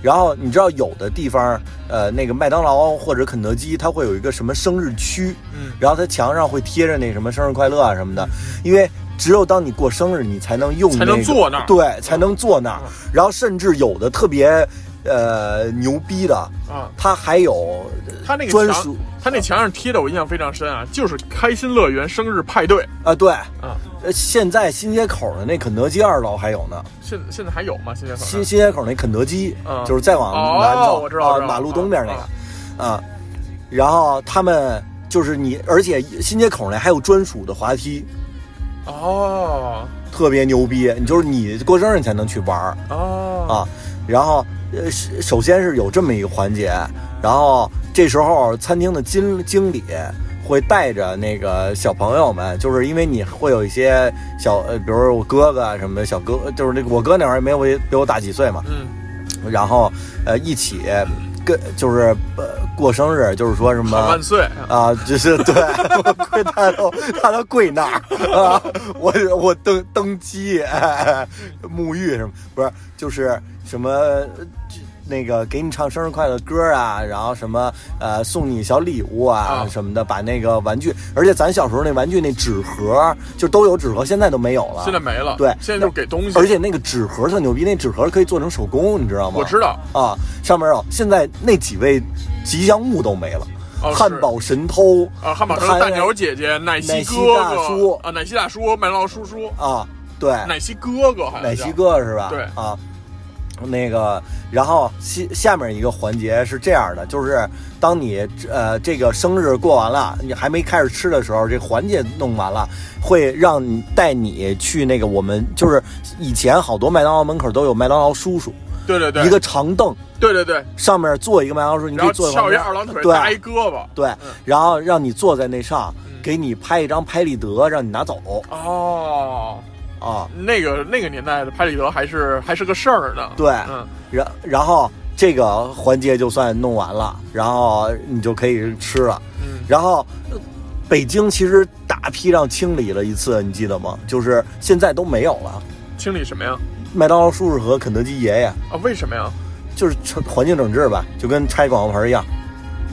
[SPEAKER 4] 然后你知道有的地方，呃，那个麦当劳或者肯德基，它会有一个什么生日区，
[SPEAKER 2] 嗯
[SPEAKER 4] 然后它墙上会贴着那什么生日快乐啊什么的，因为只有当你过生日，你才能用、那
[SPEAKER 2] 才
[SPEAKER 4] 个，
[SPEAKER 2] 能坐那儿嗯
[SPEAKER 4] 对，才能坐那儿。然后甚至有的特别，呃，牛逼的，
[SPEAKER 2] 啊，
[SPEAKER 4] 它还有
[SPEAKER 2] 他那个
[SPEAKER 4] 专
[SPEAKER 2] 墙
[SPEAKER 4] 属，
[SPEAKER 2] 他那墙上贴的我印象非常深啊，就是开心乐园生日派对
[SPEAKER 4] 啊，对，
[SPEAKER 2] 啊。
[SPEAKER 4] 呃现在新街口的那肯德基二楼还有呢，
[SPEAKER 2] 现现在还有吗？新街口
[SPEAKER 4] 新新街口那肯德基，
[SPEAKER 2] 嗯
[SPEAKER 4] 就是再往南
[SPEAKER 2] 哦
[SPEAKER 4] 走，
[SPEAKER 2] 我知道我知道
[SPEAKER 4] 啊，马路东边那
[SPEAKER 2] 啊
[SPEAKER 4] 个，啊，然后他们就是你，而且新街口那还有专属的滑梯，
[SPEAKER 2] 哦
[SPEAKER 4] 特别牛逼，你就是你过生日你才能去玩儿
[SPEAKER 2] 哦
[SPEAKER 4] 啊，然后呃，是首先是有这么一个环节，然后这时候呃餐厅的经经理。会带着那个小朋友们，就是因为你会有一些小呃，比如说我哥哥啊什么的，小哥就是那个我哥那会儿也没有比我大几岁嘛，
[SPEAKER 2] 嗯，
[SPEAKER 4] 然后呃一起跟就是呃过生日，就是说什么
[SPEAKER 2] 好万岁！
[SPEAKER 4] 啊，就是对，我跪他都他都跪那儿啊，我我登登基、哎，沐浴什么不是，就是什么呃那个给你唱生日快乐歌啊，然后什么呃送你小礼物啊
[SPEAKER 2] 啊
[SPEAKER 4] 什么的，把那个玩具，而且咱小时候那玩具那纸盒就都有纸盒，现在都没有了，
[SPEAKER 2] 现在没了，
[SPEAKER 4] 对
[SPEAKER 2] 现在就给东西，
[SPEAKER 4] 而且那个纸盒特牛逼，那纸盒可以做成手工，你知道吗？
[SPEAKER 2] 我知道
[SPEAKER 4] 啊啊，上面有现在那几位吉祥物都没了。
[SPEAKER 2] 哦是
[SPEAKER 4] 汉堡神偷
[SPEAKER 2] 啊，汉堡城
[SPEAKER 4] 还
[SPEAKER 2] 大鸟姐姐、奶昔
[SPEAKER 4] 奶昔
[SPEAKER 2] 哥哥
[SPEAKER 4] 大叔
[SPEAKER 2] 啊，奶昔大叔、麦当劳叔叔、
[SPEAKER 4] 啊，对，
[SPEAKER 2] 奶昔哥哥好像叫
[SPEAKER 4] 奶昔哥是吧？
[SPEAKER 2] 对
[SPEAKER 4] 啊，那个，然后下下面一个环节是这样的，就是当你呃这个生日过完了，你还没开始吃的时候，这环节弄完了，会让你带你去那个我们就是以前好多麦当劳门口都有麦当劳叔叔，
[SPEAKER 2] 对对对，
[SPEAKER 4] 一个长凳
[SPEAKER 2] 对对对，
[SPEAKER 4] 上面坐一个麦当劳叔，你
[SPEAKER 2] 然
[SPEAKER 4] 可以
[SPEAKER 2] 后
[SPEAKER 4] 坐在
[SPEAKER 2] 翘
[SPEAKER 4] 旁
[SPEAKER 2] 一
[SPEAKER 4] 边
[SPEAKER 2] 二郎腿，
[SPEAKER 4] 对
[SPEAKER 2] 搭一胳膊。
[SPEAKER 4] 对，然后让你坐在那上
[SPEAKER 2] 嗯，
[SPEAKER 4] 给你拍一张拍立得，让你拿走
[SPEAKER 2] 哦，
[SPEAKER 4] 啊。
[SPEAKER 2] 那个那个年代的拍立得还是还是个事儿呢。
[SPEAKER 4] 对
[SPEAKER 2] 嗯，
[SPEAKER 4] 然然后这个环节就算弄完了，然后你就可以吃了。
[SPEAKER 2] 嗯
[SPEAKER 4] 然后呃北京其实大批量清理了一次，你记得吗？就是现在都没有了。
[SPEAKER 2] 清理什么呀？
[SPEAKER 4] 麦当劳叔叔和肯德基爷爷
[SPEAKER 2] 啊，为什么呀？
[SPEAKER 4] 就是城环境整治吧，就跟拆广告牌一样。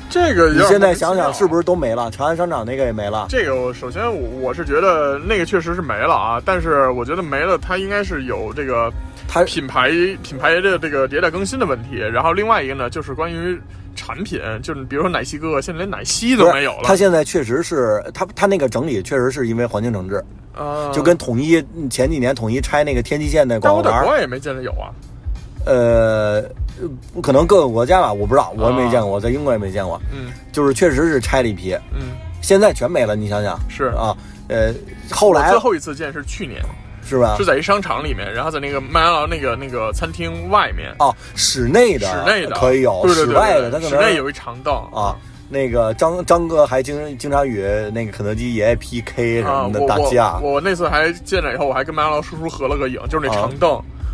[SPEAKER 2] 这个有
[SPEAKER 4] 你
[SPEAKER 2] 点
[SPEAKER 4] 现
[SPEAKER 2] 莫
[SPEAKER 4] 在
[SPEAKER 2] 名其
[SPEAKER 4] 想
[SPEAKER 2] 妙
[SPEAKER 4] 想
[SPEAKER 2] 啊
[SPEAKER 4] 是不是都没了？长安商场那个也没了。
[SPEAKER 2] 这个我首先我我是觉得那个确实是没了啊，但是我觉得没了，它应该是有这个
[SPEAKER 4] 它
[SPEAKER 2] 品牌品牌的这个迭代更新的问题。然后另外一个呢，就是关于产品，就是比如说奶昔哥哥，现在连奶昔
[SPEAKER 4] 不
[SPEAKER 2] 都
[SPEAKER 4] 是
[SPEAKER 2] 没有了，
[SPEAKER 4] 它现在确实是它它那个整理确实是因为环境整治，
[SPEAKER 2] 呃
[SPEAKER 4] 就跟统一前几年统一拆那个天际线的
[SPEAKER 2] 但
[SPEAKER 4] 广
[SPEAKER 2] 我
[SPEAKER 4] 告牌
[SPEAKER 2] 在
[SPEAKER 4] 儿
[SPEAKER 2] 国，外也没见着有啊。
[SPEAKER 4] 呃，不可能各个国家吧，我不知道，我也没见过，在英国也没见过，
[SPEAKER 2] 嗯
[SPEAKER 4] 就是确实是拆了一批，
[SPEAKER 2] 嗯，
[SPEAKER 4] 现在全没了，你想想
[SPEAKER 2] 是
[SPEAKER 4] 啊，呃，后
[SPEAKER 2] 我
[SPEAKER 4] 来
[SPEAKER 2] 最后一次见是去年，
[SPEAKER 4] 是吧
[SPEAKER 2] 是？在一商场里面，然后在那个麦当劳那个那个餐厅外面，
[SPEAKER 4] 哦，室内的
[SPEAKER 2] 室内的
[SPEAKER 4] 可以有，
[SPEAKER 2] 对对
[SPEAKER 4] 室
[SPEAKER 2] 对
[SPEAKER 4] 外的
[SPEAKER 2] 对
[SPEAKER 4] 它
[SPEAKER 2] 对，
[SPEAKER 4] 可
[SPEAKER 2] 室
[SPEAKER 4] 能
[SPEAKER 2] 内有一长凳
[SPEAKER 4] 啊。那个张张哥还经经常与那个肯德基爷爷 PK 什
[SPEAKER 2] 啊，
[SPEAKER 4] 么的
[SPEAKER 2] 我
[SPEAKER 4] 打架啊
[SPEAKER 2] 我。我那次还进来以后，我还跟麦当劳叔叔合了个影，就是那长凳。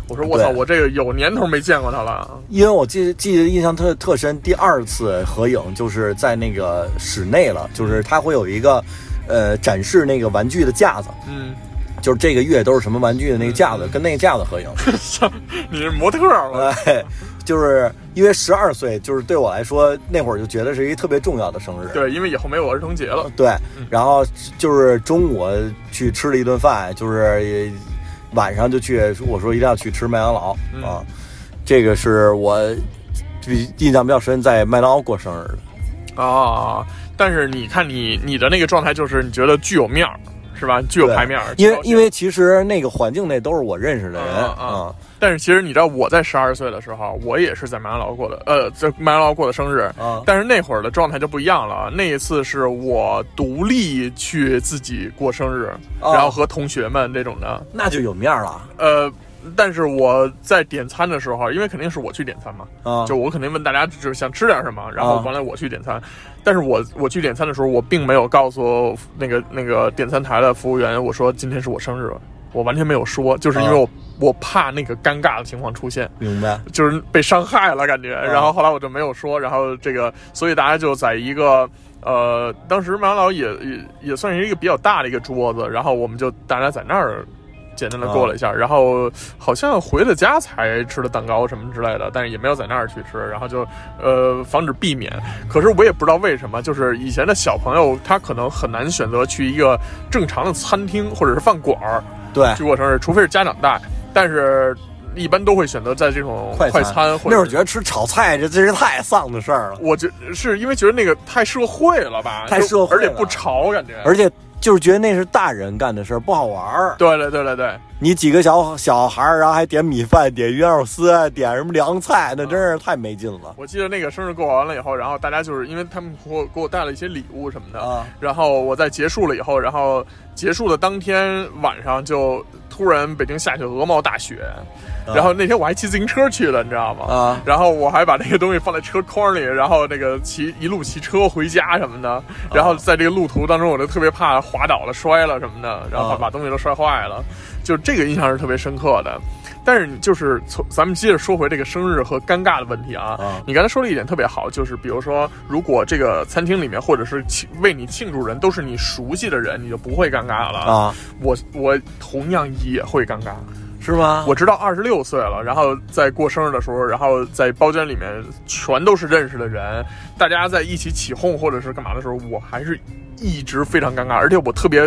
[SPEAKER 2] 我说我
[SPEAKER 4] 对
[SPEAKER 2] 操，我这个有年头没见过他了。
[SPEAKER 4] 因为我记记得印象特特深，第二次合影就是在那个室内了，就是它会有一个，呃，展示那个玩具的架子，
[SPEAKER 2] 嗯，
[SPEAKER 4] 就是这个月都是什么玩具的那个架子，跟那个架子合影。
[SPEAKER 2] 你是模特儿了？
[SPEAKER 4] 哎，就是因为十二岁，就是对我来说那会儿就觉得是一个特别重要的生日。
[SPEAKER 2] 对，因为以后没有儿童节了。
[SPEAKER 4] 对，然后就是中午去吃了一顿饭，就是晚上就去，我说一定要去吃麦当劳、
[SPEAKER 2] 嗯
[SPEAKER 4] 啊，这个是我比印象比较深，在麦当劳过生日的。
[SPEAKER 2] 啊，但是你看你你的那个状态，就是你觉得具有面儿，是吧？具有
[SPEAKER 4] 对
[SPEAKER 2] 排面儿。
[SPEAKER 4] 因
[SPEAKER 2] 具
[SPEAKER 4] 为
[SPEAKER 2] 有
[SPEAKER 4] 因为其实那个环境内都是我认识的人
[SPEAKER 2] 啊啊啊但是其实你知道，我在十二岁的时候，我也是在麦当劳过的，呃，在麦当劳过的生日。
[SPEAKER 4] 啊
[SPEAKER 2] 但是那会儿的状态就不一样了，那一次是我独立去自己过生日，
[SPEAKER 4] 哦
[SPEAKER 2] 然后和同学们这种的，
[SPEAKER 4] 那就有面儿了
[SPEAKER 2] 呃，但是我在点餐的时候，因为肯定是我去点餐嘛，
[SPEAKER 4] 啊！
[SPEAKER 2] 就我肯定问大家就是想吃点什么，然后
[SPEAKER 4] 啊
[SPEAKER 2] 完了我去点餐。但是我我去点餐的时候，我并没有告诉那个那个点餐台的服务员，我说今天是我生日，我完全没有说，就是因为
[SPEAKER 4] 啊
[SPEAKER 2] 我、我怕那个尴尬的情况出现。
[SPEAKER 4] 明白
[SPEAKER 2] 就是被伤害了感觉，然后后来我就没有说，然后这个，所以大家就在一个呃，当时麦当劳也也也算是一个比较大的一个桌子，然后我们就大家在那儿简单的过了一下，然后好像回了家才吃的蛋糕什么之类的，但是也没有在那儿去吃，然后就呃防止避免。可是我也不知道为什么，就是以前的小朋友他可能很难选择去一个正常的餐厅或者是饭馆儿，
[SPEAKER 4] 对。
[SPEAKER 2] 去过生日，除非是家长带，但是一般都会选择在这种
[SPEAKER 4] 快
[SPEAKER 2] 快餐或者
[SPEAKER 4] 那会儿觉得吃炒菜这真是太丧的事儿了，
[SPEAKER 2] 我觉是因为觉得那个太社会了吧，
[SPEAKER 4] 太
[SPEAKER 2] 就
[SPEAKER 4] 社会
[SPEAKER 2] 而且
[SPEAKER 4] 了
[SPEAKER 2] 不潮感觉。
[SPEAKER 4] 而且就是觉得那是大人干的事儿，不好玩儿。
[SPEAKER 2] 对对对对对，
[SPEAKER 4] 你几个小小孩儿，然后还点米饭、点鱼肉丝、点什么凉菜，
[SPEAKER 2] 啊
[SPEAKER 4] 那真是太没劲了
[SPEAKER 2] 我记得那个生日过完了以后，然后大家就是因为他们给我给我带了一些礼物什么的，
[SPEAKER 4] 啊！
[SPEAKER 2] 然后我在结束了以后，然后结束的当天晚上就突然北京下起鹅毛大雪，然后那天我还骑自行车去的，你知道吗？
[SPEAKER 4] 啊
[SPEAKER 2] 然后我还把那个东西放在车筐里，然后那个骑一路骑车回家什么
[SPEAKER 4] 啊
[SPEAKER 2] 的。然后在这个路途当中，我就特别怕滑倒了、摔了什么的，然后把
[SPEAKER 4] 啊
[SPEAKER 2] 把东西都摔坏了，就这个印象是特别深刻的。但是你就是从咱们接着说回这个生日和尴尬的问题啊，
[SPEAKER 4] 啊
[SPEAKER 2] 你刚才说了一点特别好，就是比如说，如果这个餐厅里面或者是庆为你庆祝人都是你熟悉的人，你就不会尴尬了。
[SPEAKER 4] 啊，
[SPEAKER 2] 我我同样也会尴尬。
[SPEAKER 4] 是吗？
[SPEAKER 2] 我直到二十六岁了，然后在过生日的时候，然后在包间里面全都是认识的人，大家在一起起哄或者是干嘛的时候，我还是一直非常尴尬，而且我特别，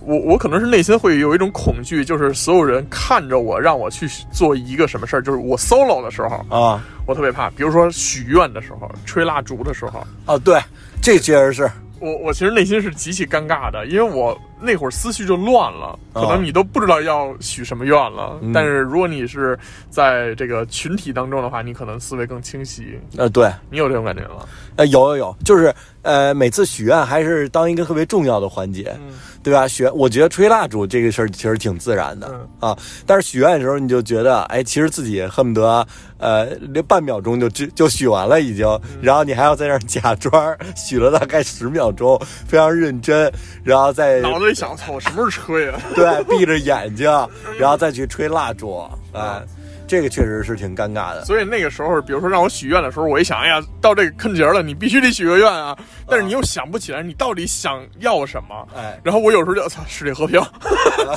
[SPEAKER 2] 我我可能是内心会有一种恐惧，就是所有人看着我，让我去做一个什么事儿，就是我 solo 的时候，
[SPEAKER 4] 啊
[SPEAKER 2] 我特别怕。比如说许愿的时候，吹蜡烛的时候，
[SPEAKER 4] 啊，对，这确实是
[SPEAKER 2] 我我其实内心是极其尴尬的，因为我那会儿思绪就乱了，可能你都不知道要许什么愿了。
[SPEAKER 4] 嗯
[SPEAKER 2] 但是如果你是在这个群体当中的话，你可能思维更清晰。
[SPEAKER 4] 呃，对，
[SPEAKER 2] 你有这种感觉吗？
[SPEAKER 4] 呃，有有有，就是呃，每次许愿还是当一个特别重要的环节，
[SPEAKER 2] 嗯
[SPEAKER 4] 对吧？许愿，我觉得吹蜡烛这个事儿其实挺自然的、
[SPEAKER 2] 嗯
[SPEAKER 4] 啊，但是许愿的时候你就觉得，哎，其实自己恨不得呃，连半秒钟就就就许完了已经，
[SPEAKER 2] 嗯
[SPEAKER 4] 然后你还要在那儿假装许了大概十秒钟，非常认真，然后再
[SPEAKER 2] 脑子里想，操，我什么时候吹啊？
[SPEAKER 4] 对闭着眼睛，
[SPEAKER 2] 嗯
[SPEAKER 4] 然后再去吹蜡烛，哎、这个确实是挺尴尬的。
[SPEAKER 2] 所以那个时候，比如说让我许愿的时候，我一想，哎呀，到这个坑节儿了，你必须得许个愿啊。但是你又想不起来你到底想要什么。
[SPEAKER 4] 哎
[SPEAKER 2] 然后我有时候就操，世界和平，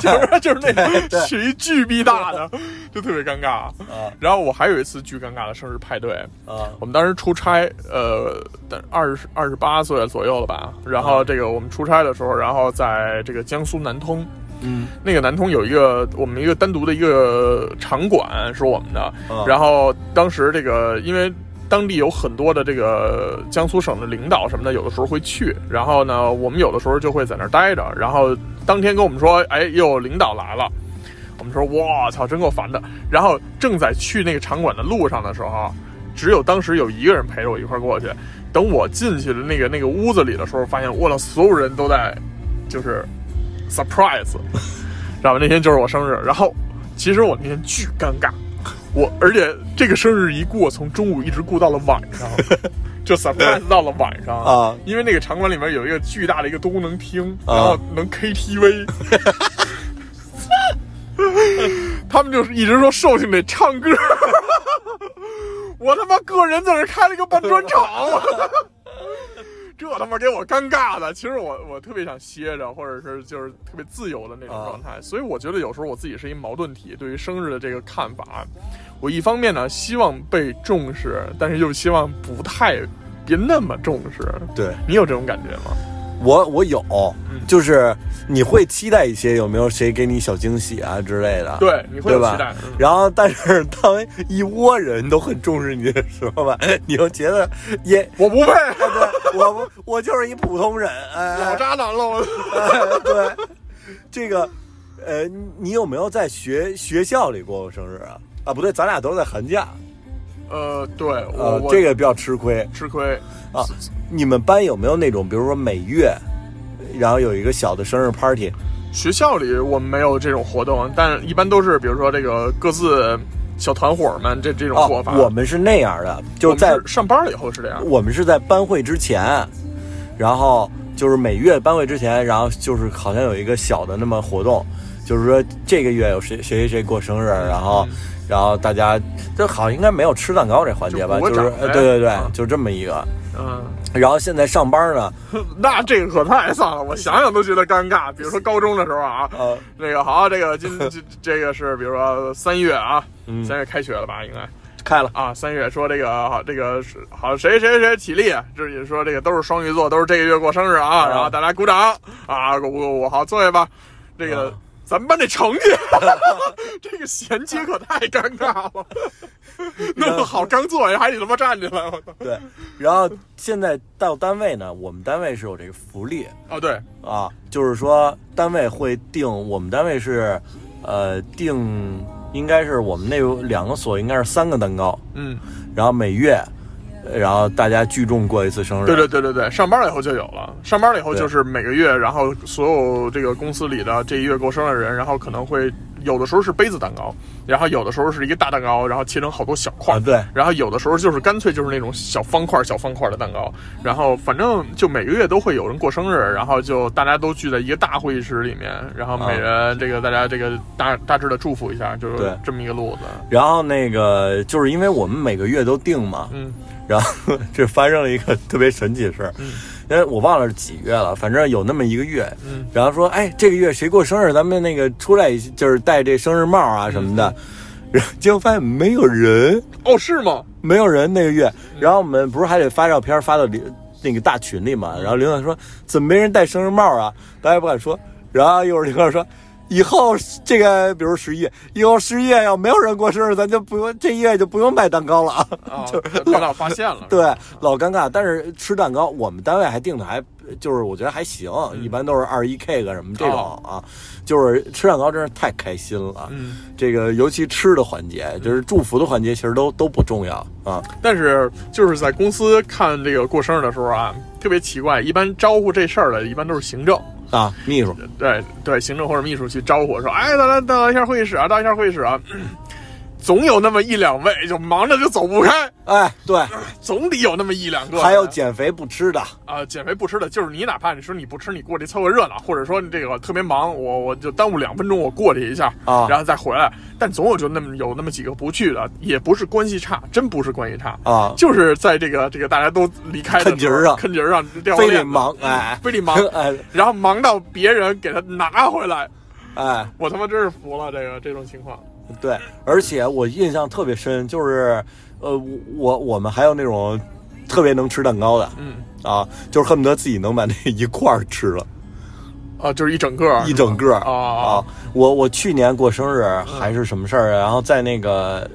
[SPEAKER 2] 就是就是那种属于巨逼大的，就特别尴尬。
[SPEAKER 4] 啊
[SPEAKER 2] 然后我还有一次巨尴尬的生日派对，
[SPEAKER 4] 啊
[SPEAKER 2] 我们当时出差，呃，但二十二十八岁左右了吧。然后这个我们出差的时候，然后在这个江苏南通，
[SPEAKER 4] 嗯
[SPEAKER 2] 那个南通有一个我们一个单独的一个场馆是我们的，
[SPEAKER 4] 嗯
[SPEAKER 2] 然后当时这个因为。当地有很多的这个江苏省的领导什么的，有的时候会去。然后呢，我们有的时候就会在那儿待着。然后当天跟我们说，哎，又有领导来了。我们说，我操，真够烦的。然后正在去那个场馆的路上的时候，只有当时有一个人陪着我一块儿过去。等我进去的那个那个屋子里的时候，发现我操，所有人都在就是 surprise，然后那天就是我生日，然后其实我那天巨尴尬，我而且这个生日一过，从中午一直过到了晚 上，就 surprise 到了晚上
[SPEAKER 4] 啊
[SPEAKER 2] 因为那个场馆里面有一个巨大的一个多功能厅，
[SPEAKER 4] 啊
[SPEAKER 2] 然后能 KTV。他们就是一直说寿星得唱歌，我他妈个人在这开了一个半专 场，这他妈给我尴尬的。其实我我特别想歇着，或者是就是特别自由的那种
[SPEAKER 4] 啊
[SPEAKER 2] 状态，所以我觉得有时候我自己是一矛盾体，对于生日的这个看法，我一方面呢希望被重视，但是又希望不太别那么重视。
[SPEAKER 4] 对。
[SPEAKER 2] 你有这种感觉吗？
[SPEAKER 4] 我我有
[SPEAKER 2] 嗯，
[SPEAKER 4] 就是你会期待一些有没有谁给你小惊喜啊之类的，
[SPEAKER 2] 对，你会有
[SPEAKER 4] 对吧
[SPEAKER 2] 期待。嗯
[SPEAKER 4] 然后，但是当一窝人都很重视你的时候 吧，你又觉得也，
[SPEAKER 2] 我 不配，
[SPEAKER 4] 对我不我就是一普通人，
[SPEAKER 2] 老
[SPEAKER 4] 哎，
[SPEAKER 2] 渣男了，我。
[SPEAKER 4] 哎对，这个，呃，你你有没有在学学校里过过生日啊？啊，不对，咱俩都是在寒假，
[SPEAKER 2] 呃，对我
[SPEAKER 4] 呃，
[SPEAKER 2] 我
[SPEAKER 4] 这个比较吃亏。
[SPEAKER 2] 吃亏。
[SPEAKER 4] 啊，你们班有没有那种，比如说每月，然后有一个小的生日 party
[SPEAKER 2] 学校里我们没有这种活动，但一般都是比如说这个各自小团伙们这这种
[SPEAKER 4] 啊
[SPEAKER 2] 做法。？
[SPEAKER 4] 我们是那样的，
[SPEAKER 2] 我
[SPEAKER 4] 就是
[SPEAKER 2] 们
[SPEAKER 4] 在
[SPEAKER 2] 上班了以后是这样。
[SPEAKER 4] 我们是在班会之前，然后就是每月班会之前，然后就是好像有一个小的那么活动，就是说这个月有谁谁谁谁过生日，然后
[SPEAKER 2] 嗯
[SPEAKER 4] 然后大家这好像应该没有吃蛋糕这环节吧，
[SPEAKER 2] 就鼓
[SPEAKER 4] 就是
[SPEAKER 2] 个掌
[SPEAKER 4] 呃
[SPEAKER 2] 呗
[SPEAKER 4] 对对对
[SPEAKER 2] 啊，
[SPEAKER 4] 就这么一个。
[SPEAKER 2] 嗯，
[SPEAKER 4] 然后现在上班呢，
[SPEAKER 2] 那这个可太丧了，我想想都觉得尴 尬。比如说高中的时候啊，
[SPEAKER 4] 呃，
[SPEAKER 2] 那个好，这个今这这个是比如说三月啊，
[SPEAKER 4] 嗯
[SPEAKER 2] 三月开学了吧，应该。
[SPEAKER 4] 开了
[SPEAKER 2] 啊，三月说这个好，这个是好谁谁谁起立，这也说这个都是双鱼座，都是这个月过生日啊，然后大家鼓掌啊，我我我好坐下吧，这个。咱们班这成绩， 这个衔接可太尴尬了。那么好，刚坐下还得他妈站起来，我操！
[SPEAKER 4] 对，然后现在到单位呢，我们单位是有这个福利，
[SPEAKER 2] 哦，对，
[SPEAKER 4] 啊，就是说单位会定，我们单位是，呃，定应该是我们那有两个所应该是三个蛋糕，
[SPEAKER 2] 嗯，
[SPEAKER 4] 然后每月，呃然后大家聚众过一次生日。
[SPEAKER 2] 对对对对对，上班了以后就有了。上班了以后
[SPEAKER 4] 对
[SPEAKER 2] 就是每个月，然后所有这个公司里的这一月过生日的人，然后可能会有的时候是杯子蛋糕，然后有的时候是一个大蛋糕，然后切成好多小块。
[SPEAKER 4] 啊，对，
[SPEAKER 2] 然后有的时候就是干脆就是那种小方块、小方块的蛋糕，然后反正就每个月都会有人过生日，然后就大家都聚在一个大会议室里面，然后每人这个大家这个大大致的祝福一下，就是
[SPEAKER 4] 啊对
[SPEAKER 2] 这么一个路子。
[SPEAKER 4] 然后那个就是因为我们每个月都定嘛，
[SPEAKER 2] 嗯
[SPEAKER 4] 然后 这发生了一个特别神奇的事儿，
[SPEAKER 2] 嗯
[SPEAKER 4] 因为我忘了是几月了，反正有那么一个月，
[SPEAKER 2] 嗯
[SPEAKER 4] 然后说，哎，这个月谁过生日，咱们那个出来一起就是戴这生日帽啊什么的，
[SPEAKER 2] 嗯
[SPEAKER 4] 然后结果发现没有人。
[SPEAKER 2] 哦，是吗？
[SPEAKER 4] 没有人那个月，
[SPEAKER 2] 嗯
[SPEAKER 4] 然后我们不是还得发
[SPEAKER 2] 嗯
[SPEAKER 4] 照片发到领那个大群里嘛？然后领导说怎么没人戴生日帽啊？大家不敢说，然后一会儿林克说。以后这个，比如十一月，以后十一月要没有人过生日，咱就不用这一月就不用卖蛋糕了啊。
[SPEAKER 2] 啊，领导发现了，
[SPEAKER 4] 对，老尴尬。但是吃蛋糕，我们单位还定的还就是我觉得还行，一般都是二一 cake 什么这
[SPEAKER 2] 嗯
[SPEAKER 4] 种
[SPEAKER 2] 哦
[SPEAKER 4] 啊，就是吃蛋糕真是太开心了。
[SPEAKER 2] 嗯，
[SPEAKER 4] 这个尤其吃的环节，就是祝福的环节，其实都都不重要啊。
[SPEAKER 2] 但是就是在公司看这个过生日的时候啊，特别奇怪，一般招呼这事儿的，一般都是行政，
[SPEAKER 4] 啊，秘书
[SPEAKER 2] 对对，行政或者秘书去招呼说，哎，大家到一下会议室啊，到一下会议室啊，嗯总有那么一两位就忙着就走不开，
[SPEAKER 4] 哎，对，
[SPEAKER 2] 总得有那么一两个，
[SPEAKER 4] 还有减肥不吃的，
[SPEAKER 2] 啊、减肥不吃的，就是你哪怕你说你不吃，你过去凑个热闹，或者说你这个特别忙，我我就耽误两分钟，我过去一下
[SPEAKER 4] 啊
[SPEAKER 2] 然后再回来。但总有就那么有那么几个不去的，也不是关系差，真不是关系差
[SPEAKER 4] 啊
[SPEAKER 2] 就是在这个这个大家都离开的
[SPEAKER 4] 坑节儿
[SPEAKER 2] 时候
[SPEAKER 4] 上
[SPEAKER 2] 坑节儿上掉
[SPEAKER 4] 非
[SPEAKER 2] 链
[SPEAKER 4] 得
[SPEAKER 2] 子，
[SPEAKER 4] 忙，哎，
[SPEAKER 2] 非得忙
[SPEAKER 4] 哎
[SPEAKER 2] 然后忙到别人给他拿回来，
[SPEAKER 4] 哎。
[SPEAKER 2] 我他妈真是服了这个这种情况。
[SPEAKER 4] 对，而且我印象特别深，就是，呃，我我我们还有那种特别能吃蛋糕的
[SPEAKER 2] 嗯，
[SPEAKER 4] 啊，就是恨不得自己能把那一块儿吃了，
[SPEAKER 2] 啊，就是一整个
[SPEAKER 4] 一整个儿
[SPEAKER 2] 啊啊
[SPEAKER 4] 啊。我我去年过生日还是什么事儿啊，然后在那个。呃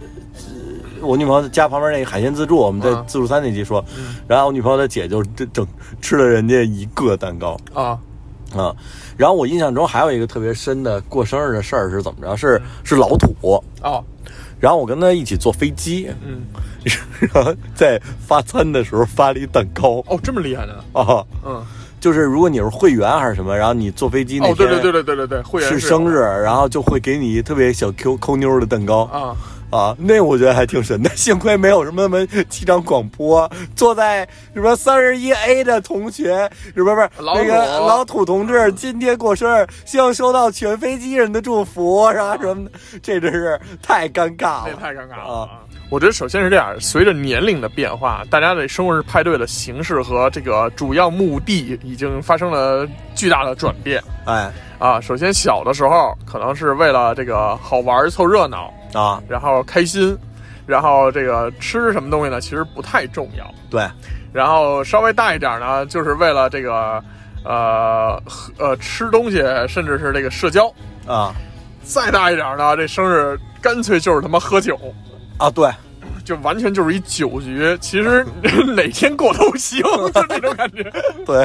[SPEAKER 4] 我女朋友家旁边那个海鲜自助，我们在
[SPEAKER 2] 嗯
[SPEAKER 4] 自助餐那集说，
[SPEAKER 2] 嗯
[SPEAKER 4] 然后我女朋友她姐就这整吃了人家一个蛋糕，
[SPEAKER 2] 啊
[SPEAKER 4] 啊、然后我印象中还有一个特别深的过生日的事儿是怎么着？是
[SPEAKER 2] 嗯
[SPEAKER 4] 是老土，
[SPEAKER 2] 哦，
[SPEAKER 4] 然后我跟他一起坐飞机，
[SPEAKER 2] 嗯，
[SPEAKER 4] 然后在发餐的时候发了一蛋糕
[SPEAKER 2] 哦，这么厉害呢？
[SPEAKER 4] 啊，
[SPEAKER 2] 嗯，
[SPEAKER 4] 就是如果你是会员还是什么，然后你坐飞机那
[SPEAKER 2] 哦，对
[SPEAKER 4] 天
[SPEAKER 2] 对对对对对对，会员
[SPEAKER 4] 是
[SPEAKER 2] 有
[SPEAKER 4] 生日，然后就会给你一特别小 Q 抠妞的蛋糕
[SPEAKER 2] 啊。
[SPEAKER 4] 啊，那我觉得还挺神的，幸亏没有什么什么机场广播，坐在什么三十一 A 的同学，什么不是
[SPEAKER 2] 老
[SPEAKER 4] 那个
[SPEAKER 2] 土
[SPEAKER 4] 老土同志，今天过生日，希望收到全飞机人的祝福，啥什么的，这真是太尴尬
[SPEAKER 2] 这
[SPEAKER 4] 了，
[SPEAKER 2] 太尴尬了
[SPEAKER 4] 啊！
[SPEAKER 2] 我觉得首先是这样，随着年龄的变化，大家的生日派对的形式和这个主要目的已经发生了巨大的转变
[SPEAKER 4] 哎
[SPEAKER 2] 啊。首先，小的时候可能是为了这个好玩儿凑热闹，
[SPEAKER 4] 啊，
[SPEAKER 2] 然后开心，然后这个吃什么东西呢，其实不太重要。
[SPEAKER 4] 对，
[SPEAKER 2] 然后稍微大一点呢，就是为了这个呃喝呃吃东西，甚至是这个社交。
[SPEAKER 4] 啊
[SPEAKER 2] 再大一点呢，这生日干脆就是他妈喝酒。
[SPEAKER 4] 啊，对，
[SPEAKER 2] 就完全就是一酒局，其 实哪天过都行，就那种感觉。
[SPEAKER 4] 对，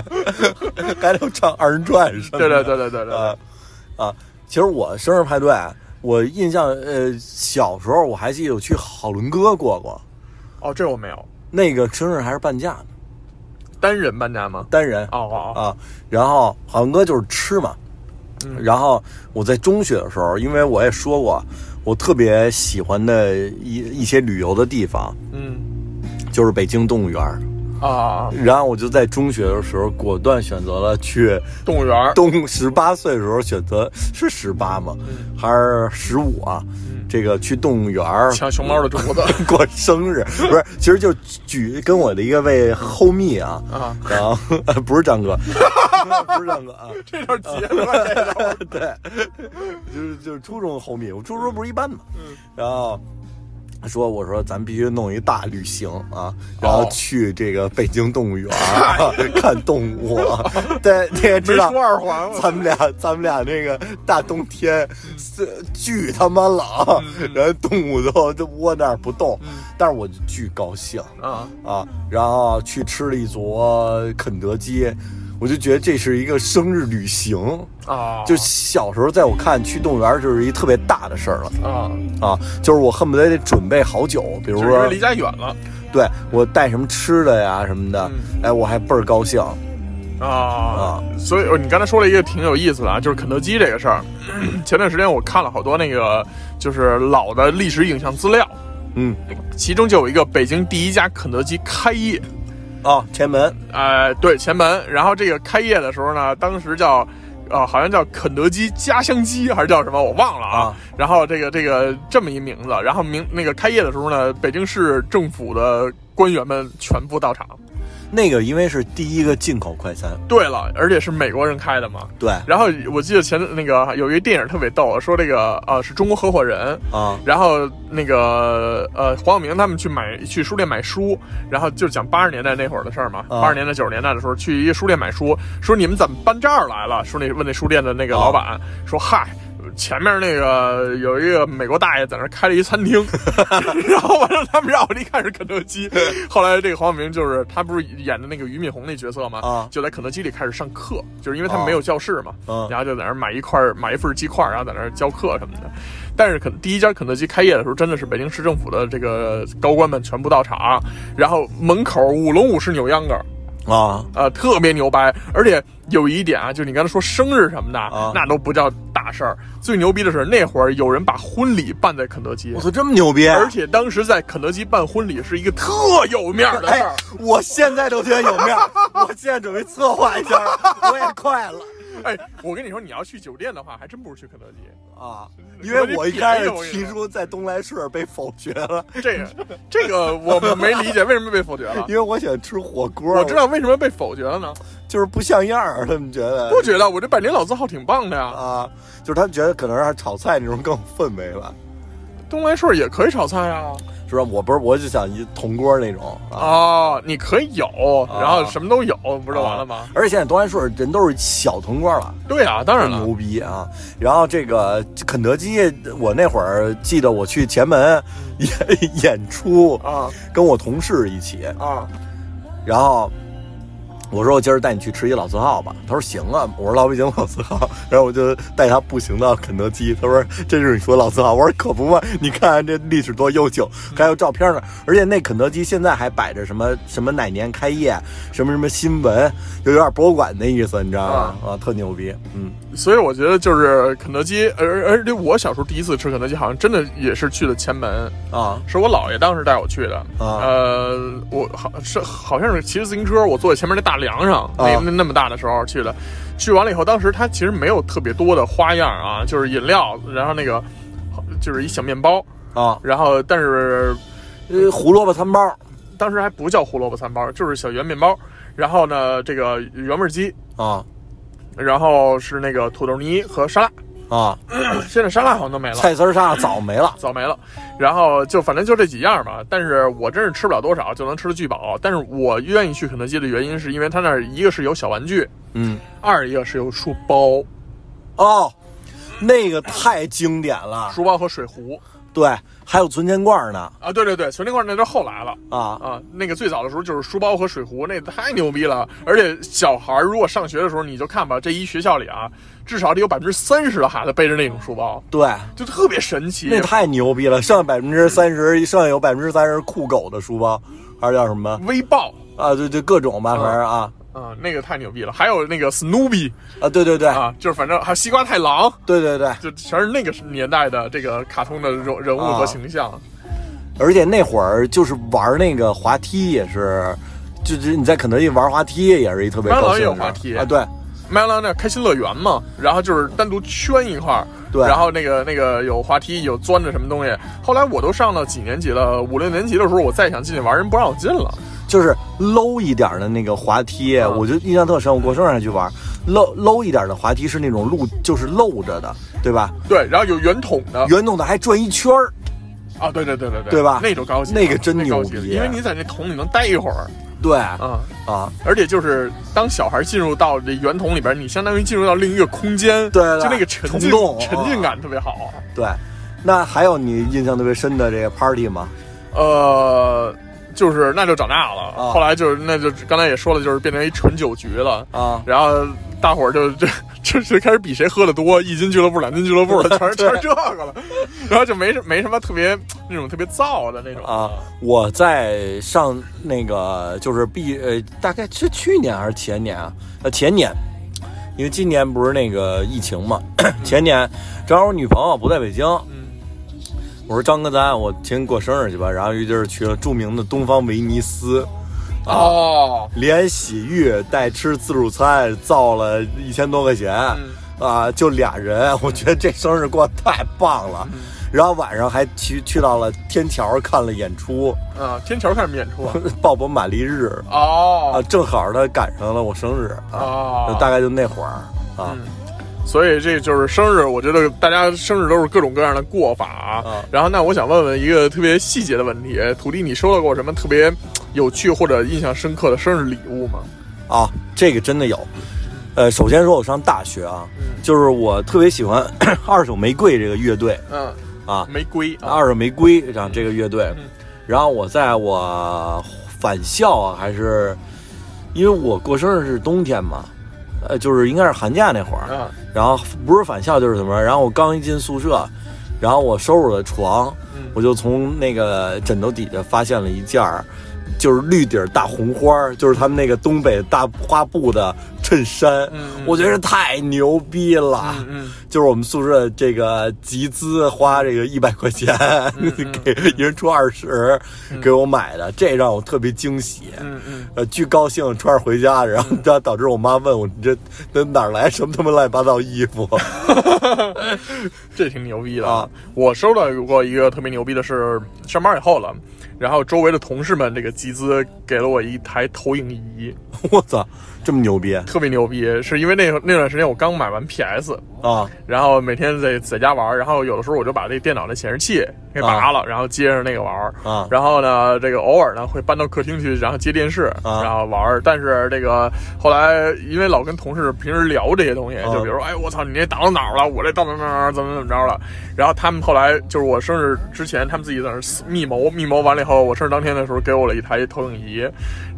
[SPEAKER 4] 还能唱二人转什么
[SPEAKER 2] 对
[SPEAKER 4] 的。
[SPEAKER 2] 对对对对对，
[SPEAKER 4] 啊啊！其实我生日派对，啊我印象呃，小时候我还记得我去好伦哥过过，
[SPEAKER 2] 哦，这我没有，
[SPEAKER 4] 那个生日还是半价呢，
[SPEAKER 2] 单人搬家吗？
[SPEAKER 4] 单人
[SPEAKER 2] 哦哦
[SPEAKER 4] 啊。然后好伦哥就是吃嘛，
[SPEAKER 2] 嗯
[SPEAKER 4] 然后我在中学的时候，因为我也说过，我特别喜欢的一一些旅游的地方
[SPEAKER 2] 哦，嗯
[SPEAKER 4] 就是北京动物园儿。
[SPEAKER 2] 啊，
[SPEAKER 4] 然后我就在中学的时候果断选择了去
[SPEAKER 2] 动物园儿
[SPEAKER 4] 东十八岁的时候选择是十八吗？
[SPEAKER 2] 嗯
[SPEAKER 4] 还是十五啊？这个去动物园儿
[SPEAKER 2] 抢熊猫的镯 子
[SPEAKER 4] 过生日，不是，其实就举跟我的一个位后蜜啊，
[SPEAKER 2] 啊，
[SPEAKER 4] 然后呃不是张哥， 不是张哥啊，
[SPEAKER 2] 这段结 了。
[SPEAKER 4] 对，就是就是初中后蜜，我初中不是一班嘛，
[SPEAKER 2] 嗯
[SPEAKER 4] 然后。说我说咱必须弄一大旅行啊，然后
[SPEAKER 2] 哦
[SPEAKER 4] 去这个北京动物园啊、 看动物啊，对，你也知道
[SPEAKER 2] 没出二环嗯我
[SPEAKER 4] 咱们俩咱们俩那个大冬天，是巨他妈冷，
[SPEAKER 2] 嗯
[SPEAKER 4] 然后动物都都窝那儿不动，但是我就巨高兴
[SPEAKER 2] 啊，
[SPEAKER 4] 啊，然后去吃了一桌肯德基，我就觉得这是一个生日旅行。
[SPEAKER 2] 啊，
[SPEAKER 4] 就小时候，在我看去动物园就是一特别大的事儿了
[SPEAKER 2] 啊，
[SPEAKER 4] 啊，就是我恨不得得准备好久，比如
[SPEAKER 2] 只是因
[SPEAKER 4] 说
[SPEAKER 2] 为离家远了
[SPEAKER 4] 对我带什么吃的呀什么的，
[SPEAKER 2] 嗯
[SPEAKER 4] 哎，我还倍儿高兴。
[SPEAKER 2] 啊，所以你刚才说了一个挺有意思的啊，就是肯德基这个事儿。 前段时间我看了好多那个就是老的历史影像资料，
[SPEAKER 4] 嗯，
[SPEAKER 2] 其中就有一个北京第一家肯德基开业。
[SPEAKER 4] 啊，前门
[SPEAKER 2] 呃，对，前门。然后这个开业的时候呢，当时叫。呃，好像叫肯德基家乡鸡还是叫什么，我忘了啊。
[SPEAKER 4] 啊
[SPEAKER 2] 然后这个这个这么一名字，然后名那个开业的时候呢，北京市政府的官员们全部到场，
[SPEAKER 4] 那个因为是第一个进口快餐，
[SPEAKER 2] 对了，而且是美国人开的嘛。
[SPEAKER 4] 对
[SPEAKER 2] 然后我记得前那个有一个电影特别逗，说这个呃是中国合伙人，
[SPEAKER 4] 啊，
[SPEAKER 2] 然后那个呃，黄晓明他们去买去书店买书，然后就讲八十年代那会儿的事儿嘛，
[SPEAKER 4] 啊
[SPEAKER 2] 八十、年代九十年代的时候，去一个书店买书，说你们怎么搬这儿来了？说那问那书店的那个老板，说嗨。前面那个有一个美国大爷在那儿开了一餐厅， 然后完了他们绕着一看是肯德 基，后来这个黄晓明就是他不是演的那个俞敏洪那角色嘛，
[SPEAKER 4] 啊
[SPEAKER 2] 就在肯德基里开始上课，就是因为他
[SPEAKER 4] 啊
[SPEAKER 2] 们没有教室嘛，
[SPEAKER 4] 嗯
[SPEAKER 2] 然后就在那儿买一块儿买一份鸡块儿，然后在那儿教课什么的。但是肯第一家肯德基开业的时候，真的是北京市政府的这个高官们全部到场，然后门口舞龙舞狮扭秧歌儿，
[SPEAKER 4] 啊
[SPEAKER 2] 呃，特别牛掰。而且有一点啊，就你刚才说生日什么的，
[SPEAKER 4] 啊
[SPEAKER 2] 那都不叫大事儿。最牛逼的是那会儿有人把婚礼办在肯德基
[SPEAKER 4] 我。操，这么牛逼！啊
[SPEAKER 2] 而且当时在肯德基办婚礼是一个特有面儿的事
[SPEAKER 4] 哎
[SPEAKER 2] 儿，，
[SPEAKER 4] 我现在都觉得有面儿，我现在准备策划一下，我也快了
[SPEAKER 2] 哎，我跟你说，你要去酒店的话，还真不如去肯德基。
[SPEAKER 4] 啊！因为我一开始提出在东来顺被否决了，
[SPEAKER 2] 这个，这个我没理解，为什么被否决 了？
[SPEAKER 4] 因为我想吃火锅，
[SPEAKER 2] 啊我知道为什么被否决了呢？
[SPEAKER 4] 就是不像样儿，他们觉得
[SPEAKER 2] 不觉得我这百年老字号挺棒的呀，
[SPEAKER 4] 呃啊，就是他们觉得可能是炒菜那种更有氛围吧，
[SPEAKER 2] 东来顺也可以炒菜啊。
[SPEAKER 4] 是吧？我不是，我就想一铜锅那种啊，
[SPEAKER 2] 哦，你可以有，然后什么都有，不
[SPEAKER 4] 不
[SPEAKER 2] 是完了吗？？
[SPEAKER 4] 而且现在东来顺人都是小铜锅了。
[SPEAKER 2] 对啊，当然了
[SPEAKER 4] 牛，逼啊！然后这个肯德基，我那会儿记得我去前门 演演出，
[SPEAKER 2] 啊
[SPEAKER 4] 跟我同事一起，
[SPEAKER 2] 啊，
[SPEAKER 4] 然后我说我今儿带你去吃一老字号吧，他说行啊，我说老北京老字号， 然后我就带他步行到肯德基，他说这就是你说老字号，我说可不嘛，你看这历史多悠久，还有照片呢，而且那肯德基现在还摆着什么什么哪年开业，什么什么新闻，就有点博物馆的意思，你知道吗？啊，特牛逼，嗯
[SPEAKER 2] 所以我觉得就是肯德基，而而且我小时候第一次吃肯德基，好像真的也是去的前门，
[SPEAKER 4] 啊
[SPEAKER 2] 是我姥爷当时带我去的。
[SPEAKER 4] 啊
[SPEAKER 2] 呃，我好是好像是骑着自行车，我坐在前面那大梁上，
[SPEAKER 4] 啊
[SPEAKER 2] 那那那么大的时候去的。去完了以后，当时它其实没有特别多的花样啊，就是饮料，然后那个就是一小面包，
[SPEAKER 4] 啊。
[SPEAKER 2] 然后但是
[SPEAKER 4] 呃，胡萝卜餐包
[SPEAKER 2] 当时还不叫胡萝卜餐包，就是小圆面包。然后呢，这个原味鸡，
[SPEAKER 4] 啊
[SPEAKER 2] 然后是那个土豆泥和沙拉。
[SPEAKER 4] 啊，
[SPEAKER 2] 现在沙拉好像都没了，
[SPEAKER 4] 菜丝儿沙拉早没了
[SPEAKER 2] 早没了。然后就反正就这几样吧，但是我真是吃不了多少，就能吃的巨饱。但是我愿意去肯德基的原因是因为它那儿一个是有小玩具，
[SPEAKER 4] 嗯，
[SPEAKER 2] 二一个是有书包，
[SPEAKER 4] 哦，那个太经典了，
[SPEAKER 2] 书包和水壶
[SPEAKER 4] 对，还有存钱罐呢
[SPEAKER 2] 啊，对对对，存钱罐那都是后来了。
[SPEAKER 4] 啊
[SPEAKER 2] 啊，那个最早的时候就是书包和水壶，那太牛逼了！而且小孩儿如果上学的时候，你就看吧，这一学校里啊，至少得有百分之三十的孩子背着那种书包，
[SPEAKER 4] 对，
[SPEAKER 2] 就特别神奇。啊
[SPEAKER 4] 那太牛逼了，剩下百分之三十，剩下有百分之三十酷狗的书包，还是叫什么
[SPEAKER 2] 微爆
[SPEAKER 4] 啊？对对，各种吧，反正啊
[SPEAKER 2] 啊，那个太牛逼了！还有那个 Snoopy
[SPEAKER 4] 啊，对对对
[SPEAKER 2] 啊，就是反正还有西瓜太郎，
[SPEAKER 4] 对对对，
[SPEAKER 2] 就全是那个年代的这个卡通的人人物
[SPEAKER 4] 啊
[SPEAKER 2] 和形象。
[SPEAKER 4] 而且那会儿就是玩那个滑梯也是。就是你在肯德基玩滑梯也是一特别
[SPEAKER 2] 麦当
[SPEAKER 4] 高
[SPEAKER 2] 劳也
[SPEAKER 4] 兴的事
[SPEAKER 2] 有
[SPEAKER 4] 儿
[SPEAKER 2] 滑梯
[SPEAKER 4] 啊，对，
[SPEAKER 2] 麦当劳那开心乐园嘛，然后就是单独圈一块儿，
[SPEAKER 4] 对
[SPEAKER 2] 然后那个那个有滑梯，有钻着什么东西。后来我都上了几年级了，五六年级的时候，我再想进去玩，人不让我进了。
[SPEAKER 4] 就是 low 一点的那个滑梯，
[SPEAKER 2] 嗯
[SPEAKER 4] 我就印象特深。我过生日还去玩 low low 一点的滑梯是那种露，就是露着的，对吧？
[SPEAKER 2] 对，然后有圆筒的
[SPEAKER 4] 圆筒的还转一圈儿，
[SPEAKER 2] 啊，对对对对对，
[SPEAKER 4] 对吧
[SPEAKER 2] 那种高级，
[SPEAKER 4] 那个真
[SPEAKER 2] 那高
[SPEAKER 4] 牛
[SPEAKER 2] 级
[SPEAKER 4] 逼啊
[SPEAKER 2] 了，因为你在那桶里能待一会儿
[SPEAKER 4] 对
[SPEAKER 2] 啊。
[SPEAKER 4] 啊，
[SPEAKER 2] 而且就是当小孩进入到这圆筒里边，你相当于进入到另一个空间，
[SPEAKER 4] 对啊对对
[SPEAKER 2] 就那个沉浸
[SPEAKER 4] 虫洞
[SPEAKER 2] 沉浸感特别好。
[SPEAKER 4] 对。那还有你印象特别深的这个 party 吗？
[SPEAKER 2] 呃，就是那就长大了，
[SPEAKER 4] 啊
[SPEAKER 2] 后来就是那就刚才也说了，就是变成一纯酒局了，
[SPEAKER 4] 啊，
[SPEAKER 2] 然后大伙儿就 就就就开始比谁喝的多，一斤俱乐部、两斤俱乐部 了，全是全是这个了，然后就没什没什么特别那种特别燥的那种
[SPEAKER 4] 啊，我在上那个就是毕呃，大概是去年还是前年啊？呃，前年，因为今年不是那个疫情嘛， 前年正好我女朋友不在北京，
[SPEAKER 2] 嗯
[SPEAKER 4] 我说张哥，咱我请你过生日去吧。然后于就是去了著名的东方维尼斯，啊
[SPEAKER 2] 哦，
[SPEAKER 4] 连洗浴带吃自助餐，造了一千多块钱，
[SPEAKER 2] 嗯嗯
[SPEAKER 4] 啊，就俩人，我觉得这生日过得太棒了。然后晚上还去去到了天桥看了演出，
[SPEAKER 2] 啊，天桥看什么演出啊？
[SPEAKER 4] 鲍勃马丽日啊，
[SPEAKER 2] 哦
[SPEAKER 4] 正好他赶上了我生日啊，就大
[SPEAKER 2] 哦，
[SPEAKER 4] 概就那会儿
[SPEAKER 2] 嗯
[SPEAKER 4] 啊，
[SPEAKER 2] 所以这就是生日，我觉得大家生日都是各种各样的过法啊
[SPEAKER 4] 啊。
[SPEAKER 2] 然后，那我想问问一个特别细节的问题，土地，你收到过什么特别有趣或者印象深刻的生日礼物吗？
[SPEAKER 4] 啊，这个真的有。呃，首先说我上大学啊，
[SPEAKER 2] 嗯
[SPEAKER 4] 就是我特别喜欢 二手玫瑰这个乐队
[SPEAKER 2] 嗯
[SPEAKER 4] 啊，
[SPEAKER 2] 玫瑰啊，
[SPEAKER 4] 二手玫瑰这样这个乐队
[SPEAKER 2] 嗯。
[SPEAKER 4] 然后我在我返校啊，还是因为我过生日是冬天嘛，呃，就是应该是寒假那会儿，
[SPEAKER 2] 啊
[SPEAKER 4] 然后不是返校就是什么，然后我刚一进宿舍，然后我收拾了床，
[SPEAKER 2] 嗯
[SPEAKER 4] 我就从那个枕头底下发现了一件儿，就是绿底儿大红花儿，就是他们那个东北大花布的衬衫，
[SPEAKER 2] 嗯
[SPEAKER 4] 我觉得这太牛逼了。
[SPEAKER 2] 嗯嗯
[SPEAKER 4] 就是我们宿舍这个集资花这个一百块钱，
[SPEAKER 2] 嗯
[SPEAKER 4] 给一人出二十，给我买的，这让我特别惊喜。
[SPEAKER 2] 嗯 嗯，
[SPEAKER 4] 呃，巨高兴穿着回家，然后这导致我妈问我：“你这那哪儿来什么他妈乱七八糟衣服
[SPEAKER 2] 这挺牛逼的
[SPEAKER 4] 啊！
[SPEAKER 2] 我收到过一个特别牛逼的是，上班以后了，然后周围的同事们这个集资给了我一台投影仪，？”
[SPEAKER 4] 我操，这么牛逼啊！
[SPEAKER 2] 特别牛逼，是因为那那段时间我刚买完 PS，然
[SPEAKER 4] 啊
[SPEAKER 2] 后每天在在家玩，然后有的时候我就把这电脑的显示器给拔了，然后接着那个玩
[SPEAKER 4] 啊
[SPEAKER 2] 然后呢，这个偶尔呢会搬到客厅去，然后接电视，
[SPEAKER 4] 啊
[SPEAKER 2] 然后玩。但是这个后来因为老跟同事平时聊这些东西，
[SPEAKER 4] 啊
[SPEAKER 2] 就比如说，哎，我操，你这打到哪儿了？我这到哪儿哪儿哪儿怎么怎么着了？然后他们后来就是我生日之前，他们自己在那儿密谋，密谋完了以后，我生日当天的时候给我了一台投影仪，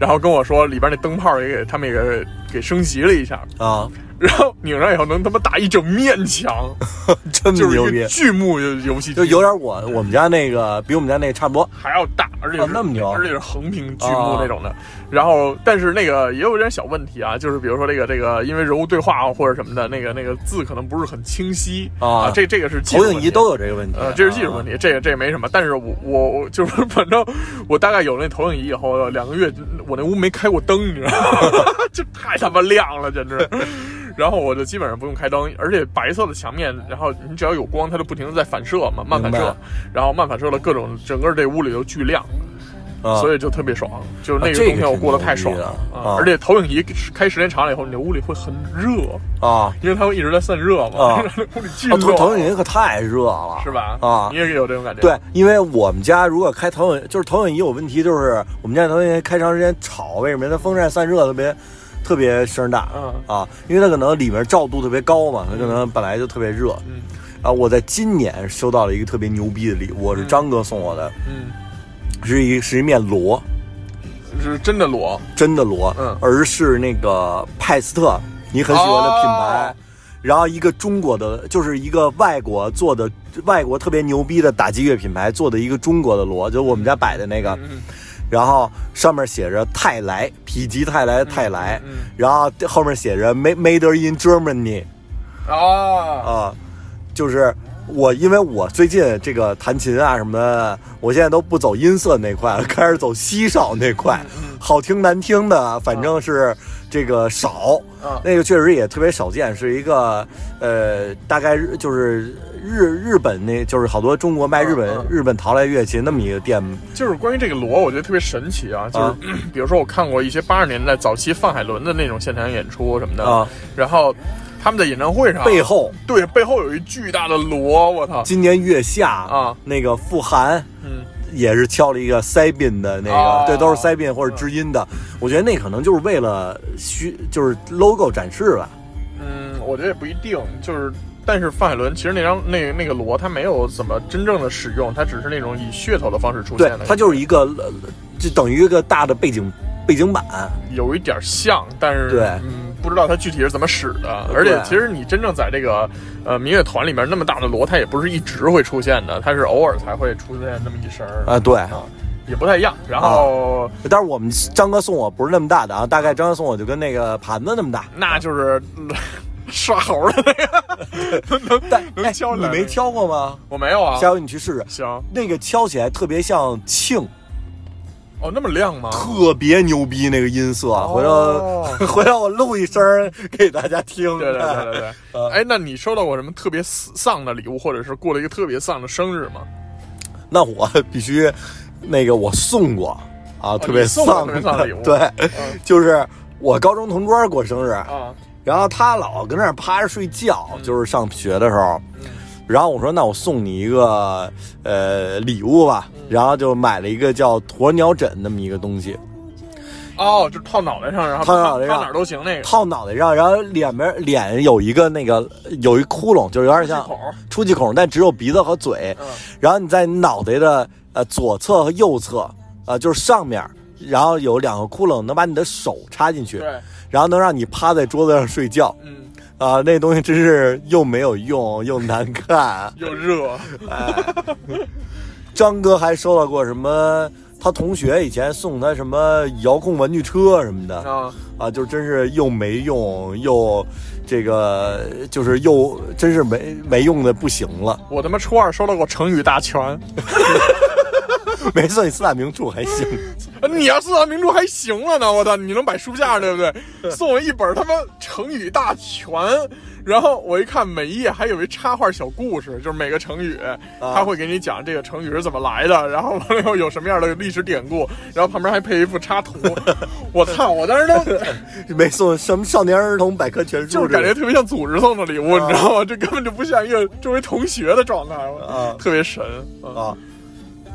[SPEAKER 2] 然后跟我说里边那灯泡也给他们也给给升级了一下，
[SPEAKER 4] 啊，
[SPEAKER 2] 然后拧上以后能他妈打一整面墙。
[SPEAKER 4] 这 么
[SPEAKER 2] 就是
[SPEAKER 4] 牛
[SPEAKER 2] 一
[SPEAKER 4] 逼
[SPEAKER 2] 个，剧目游游戏机，
[SPEAKER 4] 就有点我我们家那个比我们家那个差不多
[SPEAKER 2] 还要大，而且是、
[SPEAKER 4] 啊那么牛哦
[SPEAKER 2] 而且是横屏剧目那种的。然后，但是那个也有点小问题啊，就是比如说这个这个，因为人物对话啊或者什么的，那个那个字可能不是很清晰
[SPEAKER 4] 啊
[SPEAKER 2] 这这个是技术
[SPEAKER 4] 投
[SPEAKER 2] 问
[SPEAKER 4] 影
[SPEAKER 2] 题
[SPEAKER 4] 仪都有这个问题
[SPEAKER 2] 呃，，这是技术问
[SPEAKER 4] 题。
[SPEAKER 2] 题，这个这个没什么。但是我我我 就是反正我大概有了那投影仪以后，两个月我那屋没开过灯，你知道吗？ 就太他妈亮了，简直。然后我就基本上不用开灯，而且白色的墙面，然后你只要有光，它就不停的在反射嘛，慢反
[SPEAKER 4] 明
[SPEAKER 2] 射
[SPEAKER 4] 白，
[SPEAKER 2] 然后慢反射了各种，整个这屋里都巨亮，
[SPEAKER 4] 啊
[SPEAKER 2] 所以就特别爽。就是那
[SPEAKER 4] 啊
[SPEAKER 2] 个
[SPEAKER 4] 这个
[SPEAKER 2] 冬天我过得太爽了
[SPEAKER 4] 挺牛逼，的
[SPEAKER 2] 啊
[SPEAKER 4] 啊
[SPEAKER 2] 而且投影仪开时间长了以后，你的屋里会很热，
[SPEAKER 4] 啊
[SPEAKER 2] 因为它会一直在散热嘛，
[SPEAKER 4] 啊
[SPEAKER 2] 屋里巨
[SPEAKER 4] 啊，
[SPEAKER 2] 热，
[SPEAKER 4] 投投影仪可太热了，
[SPEAKER 2] 是吧？
[SPEAKER 4] 啊
[SPEAKER 2] 你也有这种感觉？
[SPEAKER 4] 对，因为我们家如果开投影，就是投影仪有问题，就是我们家投影仪开长时间吵，为什么呀？它风扇散热特别特别声大、
[SPEAKER 2] 嗯
[SPEAKER 4] 啊，因为它可能里面照度特别高嘛，它可能本来就特别热。
[SPEAKER 2] 嗯
[SPEAKER 4] 啊，我在今年收到了一个特别牛逼的礼物，是张哥送我的，
[SPEAKER 2] 嗯。
[SPEAKER 4] 是一是一面锣，
[SPEAKER 2] 是真的裸，
[SPEAKER 4] 真的锣，
[SPEAKER 2] 嗯
[SPEAKER 4] 而是那个派斯特，你很喜欢的品牌。
[SPEAKER 2] 哦
[SPEAKER 4] 然后一个中国的，就是一个外国做的，外国特别牛逼的打击乐品牌做的一个中国的锣，就我们家摆的那个，
[SPEAKER 2] 嗯
[SPEAKER 4] 然后上面写着泰来，否极泰来的泰来，
[SPEAKER 2] 嗯嗯
[SPEAKER 4] 然后后面写着 made made in Germany
[SPEAKER 2] 啊，
[SPEAKER 4] 啊、就是我因为我最近这个弹琴啊什么的，我现在都不走音色那块，开始走西少那块，好听难听
[SPEAKER 2] 嗯
[SPEAKER 4] 的，啊反正是这个少。
[SPEAKER 2] 啊
[SPEAKER 4] 那个确实也特别少见，是一个呃，大概日就是日日本那，就是好多中国卖日本、
[SPEAKER 2] 嗯嗯
[SPEAKER 4] 日本陶来乐器那么一个店
[SPEAKER 2] 就是关于这个锣，我觉得特别神奇啊，就是、 比如说我看过一些八十年代早期范海伦的那种现场演出什么的，
[SPEAKER 4] 啊
[SPEAKER 2] 然后他们在演唱会上
[SPEAKER 4] 背后。
[SPEAKER 2] 对背后有一巨大的锣，我操，
[SPEAKER 4] 今年月下
[SPEAKER 2] 啊
[SPEAKER 4] 那个傅函
[SPEAKER 2] 嗯
[SPEAKER 4] 也是敲了一个塞宾的那个，
[SPEAKER 2] 哦
[SPEAKER 4] 对，都是塞宾或者知音的。
[SPEAKER 2] 嗯
[SPEAKER 4] 我觉得那可能就是为了虚，就是 logo 展示吧。
[SPEAKER 2] 嗯，我觉得也不一定，就是。但是范海伦其实那张那那个锣，它没有怎么真正的使用，它只是那种以噱头的方式出现
[SPEAKER 4] 对
[SPEAKER 2] 的。，
[SPEAKER 4] 它就是一个，呃就等于一个大的背景背景板。
[SPEAKER 2] 有一点像，但是
[SPEAKER 4] 对呃
[SPEAKER 2] 嗯，不知道它具体是怎么使的。而且
[SPEAKER 4] 对
[SPEAKER 2] 其实你真正在这个呃民乐团里面那么大的锣，它也不是一直会出现的，它是偶尔才会出现那么一声儿
[SPEAKER 4] 啊，对，
[SPEAKER 2] 也不太一样。然后、
[SPEAKER 4] 但是我们张哥送我不是那么大的啊，大概张哥送我就跟那个盘子那么大。
[SPEAKER 2] 那就是、 嗯耍猴的那个，能
[SPEAKER 4] 但
[SPEAKER 2] 能
[SPEAKER 4] 哎
[SPEAKER 2] 敲出
[SPEAKER 4] 你
[SPEAKER 2] 来那
[SPEAKER 4] 没
[SPEAKER 2] 个
[SPEAKER 4] 敲过吗？
[SPEAKER 2] 我没有啊。
[SPEAKER 4] 下回你去试试，
[SPEAKER 2] 行，
[SPEAKER 4] 那个敲起来特别像磬，
[SPEAKER 2] 哦，那么亮吗？哦
[SPEAKER 4] 特别牛逼那个音色，啊回 头回头我录一声儿给大家听。
[SPEAKER 2] 对对对对对。
[SPEAKER 4] 呃
[SPEAKER 2] 哎，那你收到过什么特别丧的礼物，或者是过了一个特别丧的生日吗？
[SPEAKER 4] 那我必须那个我送过啊，特别
[SPEAKER 2] 你送过特别丧的礼物
[SPEAKER 4] 对，就是我高中同桌过生日，
[SPEAKER 2] 啊，
[SPEAKER 4] 然后他老跟那儿趴着睡觉，
[SPEAKER 2] 嗯
[SPEAKER 4] 就是上学的时候。然后我说：“那我送你一个呃礼物吧。”
[SPEAKER 2] 嗯
[SPEAKER 4] 然后就买了一个叫鸵鸟枕那么一个东西，
[SPEAKER 2] 哦，就套脑袋上，然后
[SPEAKER 4] 套脑袋上
[SPEAKER 2] 套哪儿都行那个。
[SPEAKER 4] 套脑袋上，然后脸边脸有一个那个有一窟窿，就是有点像
[SPEAKER 2] 出气孔
[SPEAKER 4] 出气孔，但只有鼻子和嘴。
[SPEAKER 2] 嗯
[SPEAKER 4] 然后你在脑袋的呃左侧和右侧，呃就是上面，然后有两个窟窿，能把你的手插进去，
[SPEAKER 2] 对，
[SPEAKER 4] 然后能让你趴在桌子上睡觉。
[SPEAKER 2] 嗯，
[SPEAKER 4] 啊、那东西真是又没有用又难看。
[SPEAKER 2] 又热，
[SPEAKER 4] 张哥还收到过什么？他同学以前送他什么遥控玩具车什么的。
[SPEAKER 2] 啊，
[SPEAKER 4] 啊，就真是又没用又这个就是又真是没没用的不行了。
[SPEAKER 2] 我他妈初二收到过成语大全。
[SPEAKER 4] 没错，你四大名著还行，
[SPEAKER 2] 呃你要四大名著还行了呢，我操，你能摆书架对不对？送我一本他妈成语大全，然后我一看每一页还有一插画小故事，就是每个成语，
[SPEAKER 4] 啊
[SPEAKER 2] 他会给你讲这个成语是怎么来的，然后完了以后有什么样的历史典故，然后旁边还配一幅插 图，我操，我当时都
[SPEAKER 4] 没送什么少年儿童百科全书，
[SPEAKER 2] 就是感觉特别像组织送的礼物，你知道吗？这根本就不像一个作为同学的状态，
[SPEAKER 4] 啊
[SPEAKER 2] 特别神啊
[SPEAKER 4] 啊，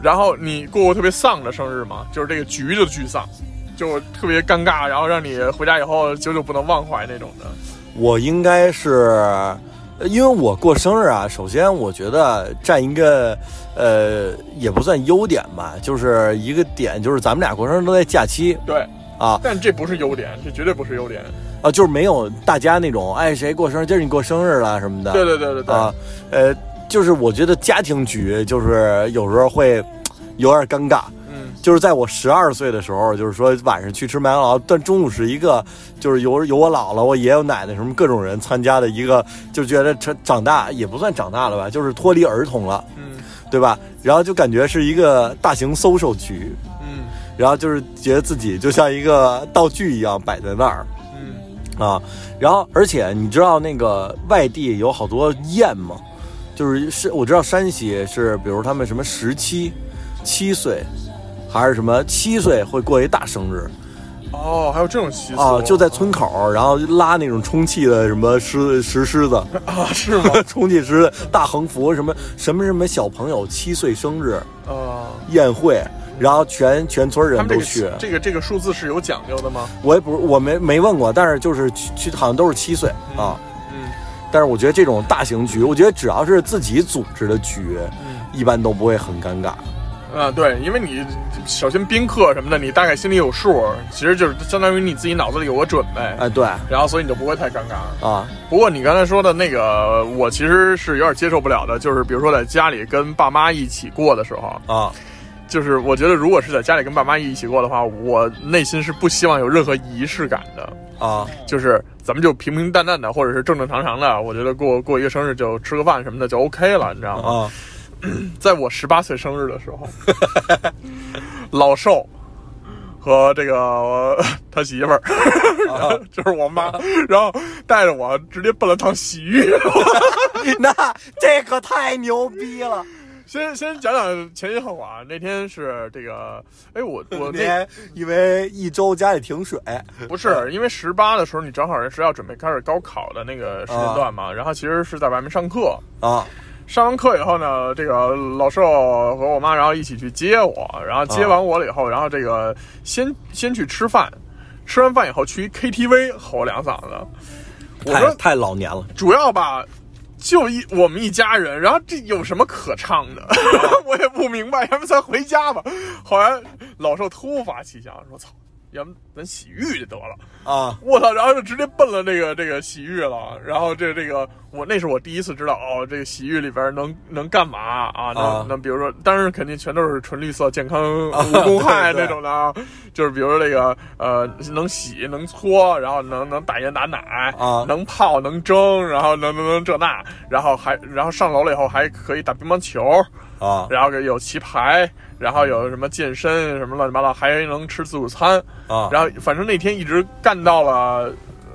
[SPEAKER 2] 然后你过过特别丧的生日吗？就是这个局就巨丧，就特别尴尬，然后让你回家以后久久不能忘怀那种的。
[SPEAKER 4] 我应该是，呃因为我过生日啊，首先我觉得占一个，呃，也不算优点吧，就是一个点，就是咱们俩过生日都在假期
[SPEAKER 2] 对，
[SPEAKER 4] 啊
[SPEAKER 2] 但这不是优点，这绝对不是优点。
[SPEAKER 4] 啊，就是没有大家那种哎谁过生日，今儿你过生日了什么的，
[SPEAKER 2] 对对对对对，
[SPEAKER 4] 啊，呃，就是我觉得家庭局就是有时候会有点尴尬。
[SPEAKER 2] 嗯，
[SPEAKER 4] 就是在我十二岁的时候，就是说晚上去吃麦当劳，但中午是一个就是有有我姥姥、我爷爷、我奶奶什么各种人参加的一个，就觉得长长大也不算长大了吧，就是脱离儿童了，
[SPEAKER 2] 嗯
[SPEAKER 4] 对吧？然后就感觉是一个大型搜售局，
[SPEAKER 2] 嗯
[SPEAKER 4] 然后就是觉得自己就像一个道具一样摆在那儿
[SPEAKER 2] 嗯，
[SPEAKER 4] 啊。然后而且你知道那个外地有好多宴吗？就是是我知道山西是，比如他们什么十七、七岁，还是什么七岁会过一大生日
[SPEAKER 2] 哦，还有这种习俗
[SPEAKER 4] 啊，就在村口，然后拉那种充气的什么狮石狮 子，
[SPEAKER 2] 啊，是 吗？
[SPEAKER 4] 充气狮子大横幅，什么什么什么小朋友七岁生日
[SPEAKER 2] 啊。
[SPEAKER 4] 宴会，然后全全村
[SPEAKER 2] 他
[SPEAKER 4] 人
[SPEAKER 2] 们这
[SPEAKER 4] 都
[SPEAKER 2] 个
[SPEAKER 4] 去。
[SPEAKER 2] 这个这个数字是有讲究的吗？
[SPEAKER 4] 我也不我没没问过，但是就是去去好像都是七岁啊。
[SPEAKER 2] 嗯
[SPEAKER 4] 但是我觉得这种大型局，我觉得只要是自己组织的局，
[SPEAKER 2] 嗯
[SPEAKER 4] 一般都不会很尴尬。
[SPEAKER 2] 啊，对，因为你小心宾客什么的，你大概心里有数，其实就是相当于你自己脑子里有个准备，
[SPEAKER 4] 哎，对
[SPEAKER 2] 然后所以你就不会太尴尬。
[SPEAKER 4] 啊，
[SPEAKER 2] 不过你刚才说的那个，我其实是有点接受不了的，就是比如说在家里跟爸妈一起过的时候，
[SPEAKER 4] 啊，
[SPEAKER 2] 就是我觉得如果是在家里跟爸妈一起过的话，我内心是不希望有任何仪式感的，
[SPEAKER 4] 啊，
[SPEAKER 2] 就是咱们就平平淡淡的，或者是正正常常的，我觉得过过一个生日就吃个饭什么的就 OK 了，你知道吗？
[SPEAKER 4] 啊，
[SPEAKER 2] 在我十八岁生日的时候， 老寿和这个、 呃他媳妇儿，然后 就是我妈，然后带着我直接奔了趟洗浴。
[SPEAKER 4] 那这可太牛逼了！
[SPEAKER 2] 先先讲讲前因后果啊。那天是这个，哎， 我我
[SPEAKER 4] 我
[SPEAKER 2] 那
[SPEAKER 4] 那以为一周家里停水，
[SPEAKER 2] 不是因为十八的时候，你正好是要准备开始高考的那个时间段嘛。然后其实是在外面上课，
[SPEAKER 4] 啊
[SPEAKER 2] 上完课以后呢，这个老寿和我妈然后一起去接我，然后接完我了以后，然后这个先先去吃饭，吃完饭以后去一 KTV 吼两嗓子。我
[SPEAKER 4] 太
[SPEAKER 2] 说
[SPEAKER 4] 太老年了，
[SPEAKER 2] 主要吧，就一我们一家人，然后这有什么可唱的？ 我也不明白，要不咱回家吧？后来老寿突发奇想说：“操，要不咱洗浴就得了。”
[SPEAKER 4] 啊
[SPEAKER 2] 我操！然后就直接奔了这个这个洗浴了。然后这这个我那是我第一次知道哦，这个洗浴里边能能干嘛啊？能、
[SPEAKER 4] 啊
[SPEAKER 2] 能比如说，当然肯定全都是纯绿色、健康、无 公害
[SPEAKER 4] 对对
[SPEAKER 2] 那种的啊。就是比如说这个呃，能洗能搓，然后能能打盐打奶
[SPEAKER 4] 啊
[SPEAKER 2] 能泡能蒸，然后能能能这那，然后还然后上楼了以后还可以打乒乓球
[SPEAKER 4] 啊
[SPEAKER 2] 然后有棋牌，然后有什么健身什么乱七八糟，还能吃自助餐，
[SPEAKER 4] 啊，
[SPEAKER 2] 然后反正那天一直干到了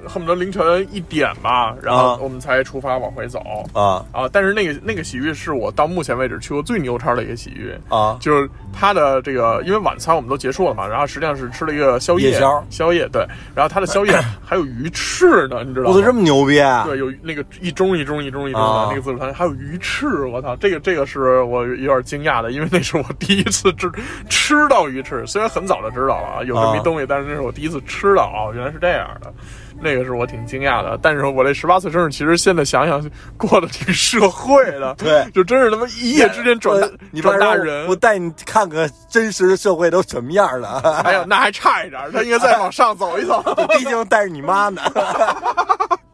[SPEAKER 2] 恨不得凌晨一点吧，然后
[SPEAKER 4] 啊
[SPEAKER 2] 我们才出发往回走。
[SPEAKER 4] 啊
[SPEAKER 2] 啊！但是那个那个洗浴是我到目前为止去过最牛叉的一个洗浴，
[SPEAKER 4] 啊
[SPEAKER 2] 就是它的这个，因为晚餐我们都结束了嘛，然后实际上是吃了一个宵夜，
[SPEAKER 4] 夜宵
[SPEAKER 2] 宵夜对，然后它的宵夜还有鱼翅呢，你知道
[SPEAKER 4] 我
[SPEAKER 2] 吗？
[SPEAKER 4] 操，这么牛逼！
[SPEAKER 2] 对，有那个一盅一盅一盅一盅的
[SPEAKER 4] 啊
[SPEAKER 2] 那个自助餐，还有鱼翅，我操，这个这个是我有点惊讶的，因为那是我第一次吃吃到鱼翅，虽然很早就知道了啊，有这么一
[SPEAKER 4] 啊
[SPEAKER 2] 东西，但是那是我第一次吃到啊，原来是这样的。那个是我挺惊讶的，但是我这十八岁生日，其实现在想想过得挺社会的，
[SPEAKER 4] 对
[SPEAKER 2] 就真是他妈一夜之间转大
[SPEAKER 4] 我你
[SPEAKER 2] 转
[SPEAKER 4] 别
[SPEAKER 2] 大
[SPEAKER 4] 说
[SPEAKER 2] 人，
[SPEAKER 4] 我带你看看真实的社会都什么样 了。
[SPEAKER 2] 哎呀，那还差一点儿，他应该再往上走一走，
[SPEAKER 4] 毕竟带着你妈呢。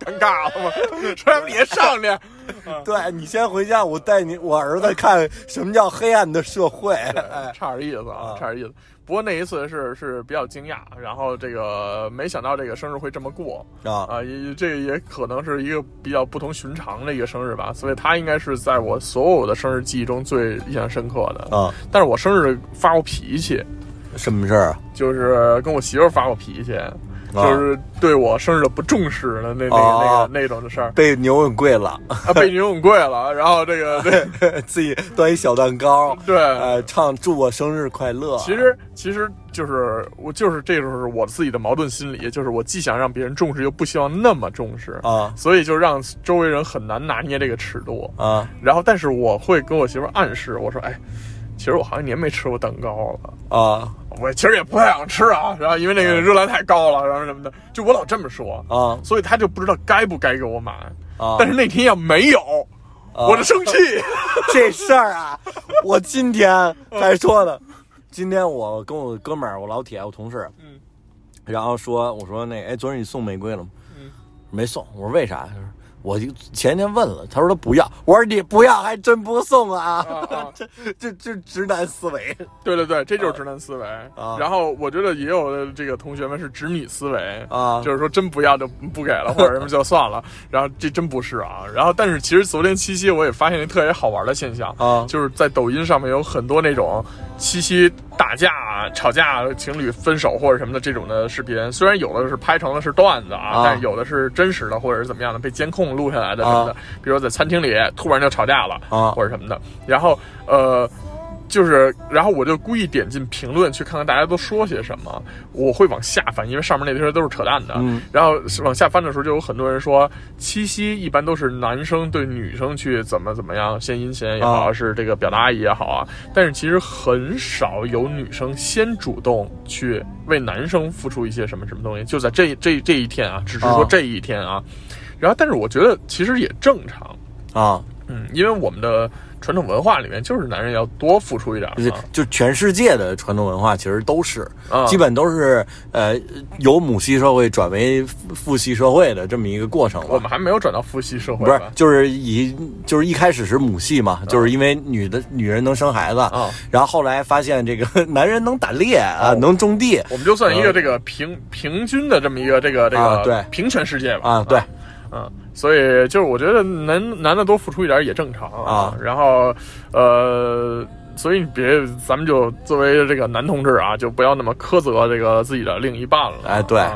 [SPEAKER 2] 尴尬了嘛。 说你也上去，
[SPEAKER 4] 对你先回家，我带你我儿子看什么叫黑暗的社会。哎
[SPEAKER 2] 差点意思啊
[SPEAKER 4] 啊，
[SPEAKER 2] 差点意思。不过那一次是是比较惊讶，然后这个没想到这个生日会这么过
[SPEAKER 4] 啊
[SPEAKER 2] 啊，也这也可能是一个比较不同寻常的一个生日吧，所以他应该是在我所有的生日记忆中最印象深刻的。
[SPEAKER 4] 啊，
[SPEAKER 2] 但是我生日发过脾气，
[SPEAKER 4] 什么事儿啊？
[SPEAKER 2] 就是跟我媳妇儿发过脾
[SPEAKER 4] 啊
[SPEAKER 2] 气，就是对我生日的不重视的那那个那
[SPEAKER 4] 哦
[SPEAKER 2] 个那种的事儿
[SPEAKER 4] 被牛给跪了，
[SPEAKER 2] 啊，被牛永贵了，然后这个 对。
[SPEAKER 4] 自己端一小蛋糕，
[SPEAKER 2] 对
[SPEAKER 4] 呃，唱祝我生日快乐。
[SPEAKER 2] 其实，其实就是我，就是这就是我自己的矛盾心理，就是我既想让别人重视，又不希望那么重视，
[SPEAKER 4] 啊
[SPEAKER 2] 所以就让周围人很难拿捏这个尺度。
[SPEAKER 4] 啊
[SPEAKER 2] 然后，但是我会跟我媳妇儿暗示，我说：“哎，其实我好几年没吃过蛋糕了，
[SPEAKER 4] 啊
[SPEAKER 2] 我其实也不太想吃啊。”然后因为那个热量太高了，然后什么的，就我老这么说，
[SPEAKER 4] 嗯啊
[SPEAKER 2] 所以她就不知道该不该给我买。
[SPEAKER 4] 啊！
[SPEAKER 2] 但是那天要没有，我就 生气。
[SPEAKER 4] 这事儿啊，我今天才说的。今天我跟我哥们儿，我老铁，我同事，
[SPEAKER 2] 嗯，
[SPEAKER 4] 然后说，我说那，哎，昨儿你送玫瑰了吗？
[SPEAKER 2] 嗯，
[SPEAKER 4] 没送。我说为啥？他说我就前天问了，他说他不要。我说你不要还真不送啊！
[SPEAKER 2] 啊啊
[SPEAKER 4] 这这这直男思维
[SPEAKER 2] 对对对，这就是直男思维。
[SPEAKER 4] 啊
[SPEAKER 2] 然后我觉得也有这个同学们是直女思维，
[SPEAKER 4] 啊！
[SPEAKER 2] 就是说真不要就不给了，或者什么就算 了。然后这真不是啊。然后但是其实昨天七夕我也发现一个特别好玩的现象，
[SPEAKER 4] 啊
[SPEAKER 2] 就是在抖音上面有很多那种七夕打架、吵架、情侣分手或者什么的这种的视频。虽然有的是拍成的是段子啊，
[SPEAKER 4] 啊
[SPEAKER 2] 但有的是真实的或者是怎么样的被监控录下来的什么的。
[SPEAKER 4] 啊
[SPEAKER 2] 比如说在餐厅里突然就吵架了
[SPEAKER 4] 啊
[SPEAKER 2] 或者什么的。然后呃。就是，然后我就故意点进评论去看看大家都说些什么，我会往下翻，因为上面那些都是扯淡的。
[SPEAKER 4] 嗯
[SPEAKER 2] 然后往下翻的时候，就有很多人说，七夕一般都是男生对女生去怎么怎么样献殷勤也好，
[SPEAKER 4] 啊
[SPEAKER 2] 是这个表达爱意也好啊，但是其实很少有女生先主动去为男生付出一些什么什么东西，就在这这这一天啊，只是说
[SPEAKER 4] 啊
[SPEAKER 2] 这一天啊。然后，但是我觉得其实也正常，
[SPEAKER 4] 啊，
[SPEAKER 2] 嗯，因为我们的传统文化里面就是男人要多付出一点嘛
[SPEAKER 4] 就就全世界的传统文化其实都是，
[SPEAKER 2] 啊
[SPEAKER 4] 基本都是呃由母系社会转为父父系社会的这么一个过程吧。
[SPEAKER 2] 我们还没有转到父系社会
[SPEAKER 4] 不是
[SPEAKER 2] 吧，？
[SPEAKER 4] 就是以就是一开始是母系
[SPEAKER 2] 嗯
[SPEAKER 4] 嘛，就是因为女的女人能生孩子，
[SPEAKER 2] 啊
[SPEAKER 4] 然后后来发现这个 男人能打猎
[SPEAKER 2] 哦
[SPEAKER 4] 啊，能种地
[SPEAKER 2] 我们就算一个这个平平均的这么一个这个这个
[SPEAKER 4] 呃啊对
[SPEAKER 2] 平权世界吧
[SPEAKER 4] 啊，对，
[SPEAKER 2] 嗯，所以就是我觉得男男的多付出一点也正常
[SPEAKER 4] 啊
[SPEAKER 2] 然后呃，所以你别，咱们就作为这个男同志啊，就不要那么苛责这个自己的另一半了。
[SPEAKER 4] 哎对
[SPEAKER 2] 啊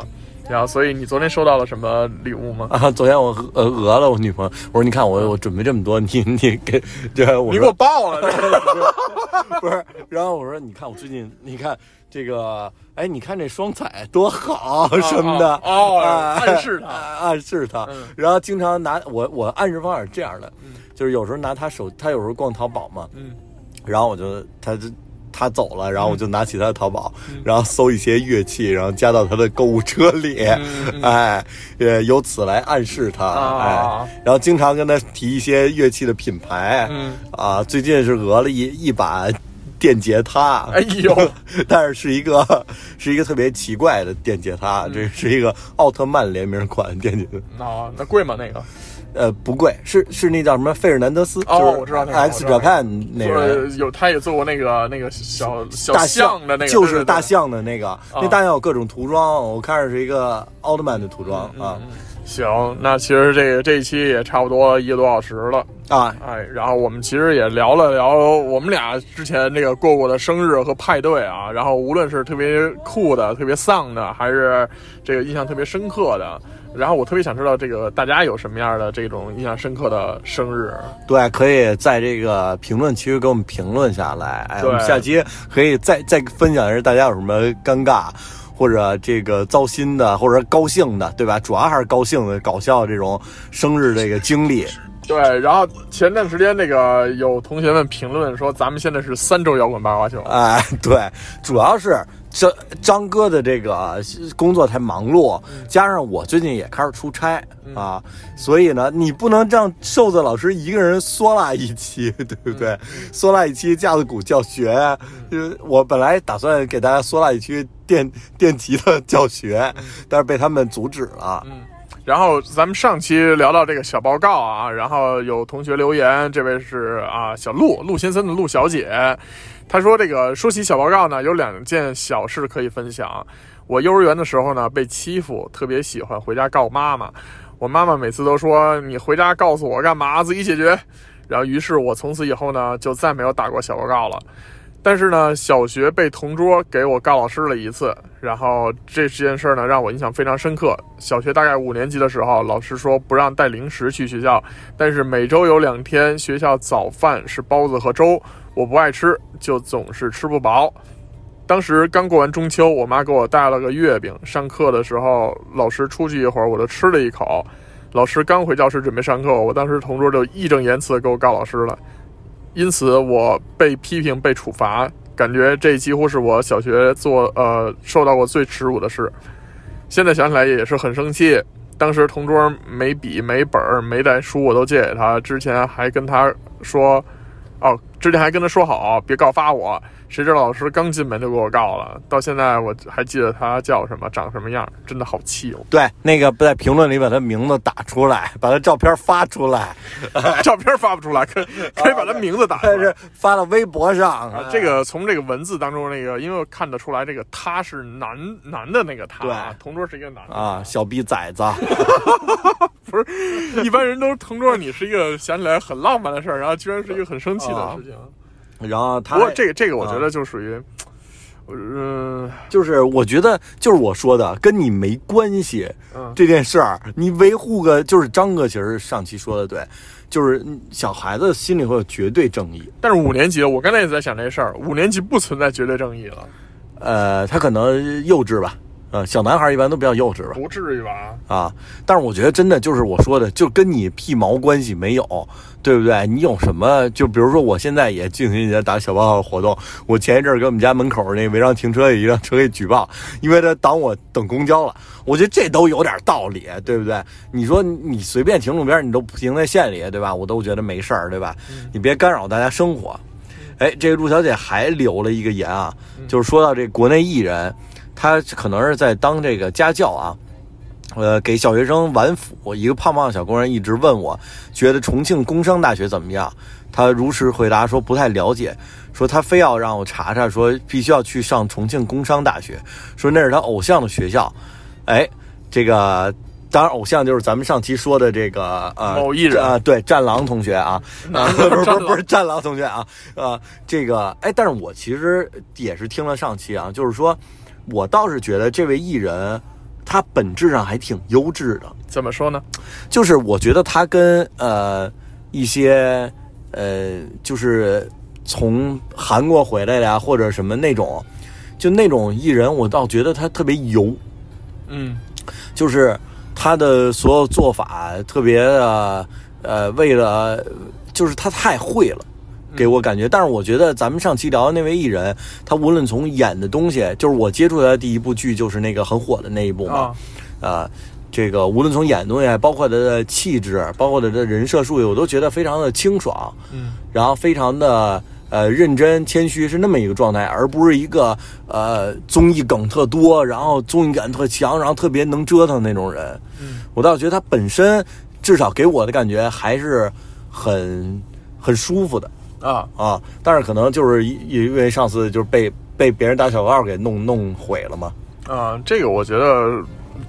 [SPEAKER 2] 然后，所以你昨天收到了什么礼物吗？
[SPEAKER 4] 啊。昨天我呃讹了我女朋友，我说你看我我准备这么多，你你给这我
[SPEAKER 2] 嗯你
[SPEAKER 4] 说
[SPEAKER 2] 给我爆了！
[SPEAKER 4] 不是，然后我说你看我最近你看这个，哎你看这双彩多好什么的
[SPEAKER 2] 啊哦
[SPEAKER 4] 啊
[SPEAKER 2] 暗示他
[SPEAKER 4] 啊暗示他
[SPEAKER 2] 嗯，
[SPEAKER 4] 然后经常拿我我暗示方法是这样的，就是有时候拿他手，他有时候逛淘宝嘛，
[SPEAKER 2] 嗯，
[SPEAKER 4] 然后我就他就他走了，然后我就拿起他的淘宝，
[SPEAKER 2] 嗯
[SPEAKER 4] 然后搜一些乐器，然后加到他的购物车里，哎，呃，由此来暗示他，
[SPEAKER 2] 嗯啊
[SPEAKER 4] 哎，然后经常跟他提一些乐器的品牌，
[SPEAKER 2] 嗯
[SPEAKER 4] 啊，最近是讹了一一把电吉他，
[SPEAKER 2] 哎呦，
[SPEAKER 4] 但是是一个是一个特别奇怪的电吉
[SPEAKER 2] 嗯
[SPEAKER 4] 他，这是一个奥特曼联名款电吉他。
[SPEAKER 2] 啊那那贵吗？那个
[SPEAKER 4] 呃，不贵，是是那叫什么费尔南德斯，
[SPEAKER 2] 哦
[SPEAKER 4] 就是
[SPEAKER 2] 我知道那个我
[SPEAKER 4] X
[SPEAKER 2] 知道那
[SPEAKER 4] Japan 那
[SPEAKER 2] 就是
[SPEAKER 4] 人，
[SPEAKER 2] 有，他也做过那个那个小小
[SPEAKER 4] 大
[SPEAKER 2] 象的那个，
[SPEAKER 4] 就
[SPEAKER 2] 对
[SPEAKER 4] 是大。象的那个，那
[SPEAKER 2] 啊
[SPEAKER 4] 大象有各种涂装，我看着是一个奥特曼的涂装
[SPEAKER 2] 嗯嗯
[SPEAKER 4] 啊
[SPEAKER 2] 嗯，行，那其实这个这一期也差不多一个多小时了，
[SPEAKER 4] 啊，
[SPEAKER 2] 哎，然后我们其实也聊了聊我们俩之前这个过过的生日和派对啊，然后无论是特别酷的、特别丧的，还是这个印象特别深刻的，然后我特别想知道这个大家有什么样的这种印象深刻的生日，啊
[SPEAKER 4] 对，可以在这个评论区给我们评论下来。哎，
[SPEAKER 2] 对
[SPEAKER 4] 我们下期可以再再分享一下大家有什么尴尬或者这个糟心的，或者高兴的，对吧？主要还是高兴的、搞笑的这种生日这个经历。
[SPEAKER 2] 对，然后前段时间那个有同学们评论说，咱们现在是三周摇滚八卦秀，
[SPEAKER 4] 哎，对，主要是这张哥的这个工作太忙碌，
[SPEAKER 2] 嗯
[SPEAKER 4] 加上我最近也开始出差啊，所以呢，你不能让瘦子老师一个人缩拉一期，对不
[SPEAKER 2] 嗯
[SPEAKER 4] 对？缩拉一期架子鼓教学，就是我本来打算给大家缩拉一期电电吉他教学，
[SPEAKER 2] 嗯
[SPEAKER 4] 但是被他们阻止了。
[SPEAKER 2] 然后咱们上期聊到这个小报告啊，然后有同学留言，这位是啊小陆陆先生的陆小姐，她说这个说起小报告呢，有两件小事可以分享。我幼儿园的时候呢被欺负，特别喜欢回家告妈妈，我妈妈每次都说你回家告诉我干嘛，自己解决。然后于是我从此以后呢就再没有打过小报告了。但是呢，小学被同桌给我告老师了一次，然后这件事儿呢让我印象非常深刻。小学大概五年级的时候，老师说不让带零食去学校，但是每周有两天学校早饭是包子和粥，我不爱吃，就总是吃不饱。当时刚过完中秋，我妈给我带了个月饼。上课的时候，老师出去一会儿，我就吃了一口。老师刚回教室准备上课，我当时同桌就义正言辞地给我告老师了。因此我被批评、被处罚，感觉这几乎是我小学做呃受到过最耻辱的事。现在想起来也是很生气。当时同桌没笔、没本儿、没带书，我都借给他。之前还跟他说，哦，之前还跟他说好别告发我。谁知道老师刚进门就给我告了。到现在我还记得他叫什么、长什么样，真的好气哦。
[SPEAKER 4] 对，那个在评论里把他名字打出来，把他照片发出来，
[SPEAKER 2] 照片发不出来，可可以把他名字打出
[SPEAKER 4] 但
[SPEAKER 2] 来
[SPEAKER 4] 是。发到微博上。
[SPEAKER 2] 啊
[SPEAKER 4] 哎，
[SPEAKER 2] 这个从这个文字当中，那个因为我看得出来，这个他是男男的那个他，
[SPEAKER 4] 对
[SPEAKER 2] 同桌是一个男的，
[SPEAKER 4] 啊，小逼崽子。
[SPEAKER 2] 不是一般人都是同桌，你是一个想起来很浪漫的事儿，然后居然是一个很生气的事情。啊
[SPEAKER 4] 然后他
[SPEAKER 2] 不过这个这个，我觉得就属于，嗯、
[SPEAKER 4] 就是我觉得就是我说的，跟你没关系。
[SPEAKER 2] 嗯
[SPEAKER 4] 这件事儿，你维护个就是张哥，其实上期说的对，就是嗯小孩子心里会有绝对正义。
[SPEAKER 2] 但是五年级，我刚才也在想这事儿，五年级不存在绝对正义了，
[SPEAKER 4] 呃，他可能幼稚吧，呃，小男孩一般都比较幼稚吧，
[SPEAKER 2] 不至于吧？
[SPEAKER 4] 啊，但是我觉得真的就是我说的，就跟你屁毛关系没有，对不对？你有什么？就比如说我现在也进行一些打小报告活动，我前一阵儿给我们家门口那违章停车有一辆车给举报，因为他挡我等公交了。我觉得这都有点道理，对不对？你说你随便停路边儿，你都不停在县里，对吧？我都觉得没事儿，对吧？你别干扰大家生活。哎，这个陆小姐还留了一个言啊，就是说到这国内艺人，她可能是在当这个家教啊。呃，给小学生玩腐，一个胖胖的小工人一直问我，觉得重庆工商大学怎么样？他如实回答说不太了解，说他非要让我查查，说必须要去上重庆工商大学，说那是他偶像的学校。哎，这个当然偶像就是咱们上期说的这个呃
[SPEAKER 2] 某艺人
[SPEAKER 4] 啊、对战狼同学 啊，啊不是不是不是战狼同学啊，啊这个哎，但是我其实也是听了上期啊，就是说我倒是觉得这位艺人。他本质上还挺优质的，
[SPEAKER 2] 怎么说呢？
[SPEAKER 4] 就是我觉得他跟呃一些呃就是从韩国回来的呀，或者什么那种，就那种艺人，我倒觉得他特别油，
[SPEAKER 2] 嗯，
[SPEAKER 4] 就是他的所有做法特别的呃，为了就是他太会了。给我感觉，但是我觉得咱们上期聊的那位艺人，他无论从演的东西，就是我接触他的第一部剧就是那个很火的那一部嘛，
[SPEAKER 2] 啊，
[SPEAKER 4] 啊，这个无论从演东西，包括他的气质，包括他的人设树立，我都觉得非常的清爽，
[SPEAKER 2] 嗯，
[SPEAKER 4] 然后非常的呃认真、谦虚，是那么一个状态，而不是一个呃综艺梗特多，然后综艺感特强，然后特别能折腾那种人。
[SPEAKER 2] 嗯，
[SPEAKER 4] 我倒觉得他本身至少给我的感觉还是很很舒服的。
[SPEAKER 2] 啊，
[SPEAKER 4] 啊，但是可能就是因因为上次就是被被别人打小报告给弄弄毁了嘛，
[SPEAKER 2] 啊，这个我觉得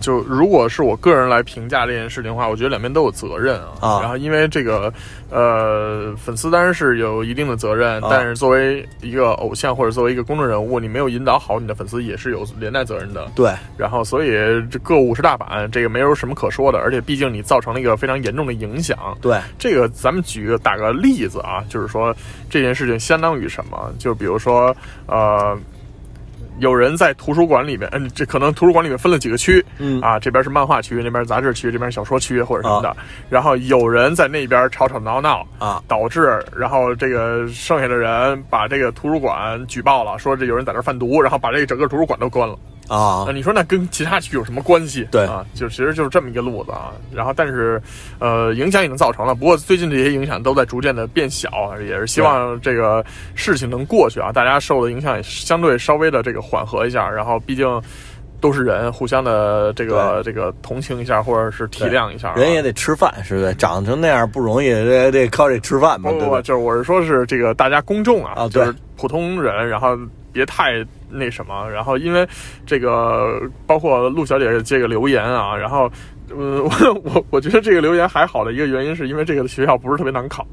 [SPEAKER 2] 就如果是我个人来评价这件事情的话，我觉得两边都有责任啊。
[SPEAKER 4] 啊
[SPEAKER 2] 然后因为这个，呃，粉丝当然是有一定的责任，
[SPEAKER 4] 啊
[SPEAKER 2] 但是作为一个偶像或者作为一个公众人物，你没有引导好你的粉丝也是有连带责任的。
[SPEAKER 4] 对，
[SPEAKER 2] 然后，所以这各五十大板，这个没有什么可说的，而且毕竟你造成了一个非常严重的影响。
[SPEAKER 4] 对，
[SPEAKER 2] 这个咱们举个打个例子啊，就是说这件事情相当于什么？就比如说，呃，有人在图书馆里面，嗯、这可能图书馆里面分了几个区，
[SPEAKER 4] 嗯
[SPEAKER 2] 啊，这边是漫画区，那边是杂志区，这边是小说区或者什么的，然后有人在那边吵吵闹闹
[SPEAKER 4] 啊
[SPEAKER 2] 导致然后这个剩下的人把这个图书馆举报了，说这有人在这儿贩毒，然后把这个整个图书馆都关了。
[SPEAKER 4] 啊
[SPEAKER 2] 啊，，你说那跟其他区有什么关系？
[SPEAKER 4] 对
[SPEAKER 2] 啊，就其实就是这么一个路子啊。然后，但是，呃，影响已经造成了，不过最近这些影响都在逐渐的变小，啊也是希望这个事情能过去啊，大家受的影响也相对稍微的这个缓和一下。然后，毕竟都是人，互相的这个这个同情一下，或者是体谅一下啊、
[SPEAKER 4] 人也得吃饭，是不是？长成那样不容易，得得靠这吃饭嘛，
[SPEAKER 2] 不
[SPEAKER 4] 对
[SPEAKER 2] 不
[SPEAKER 4] 吧
[SPEAKER 2] 不，？就是我是说是这个大家公众啊，
[SPEAKER 4] 啊
[SPEAKER 2] 就
[SPEAKER 4] 对
[SPEAKER 2] 是普通人，然后别太那什么，然后因为这个包括陆小姐这个留言啊，然后。呃， 我我我觉得这个留言还好的一个原因，是因为这个学校不是特别难考。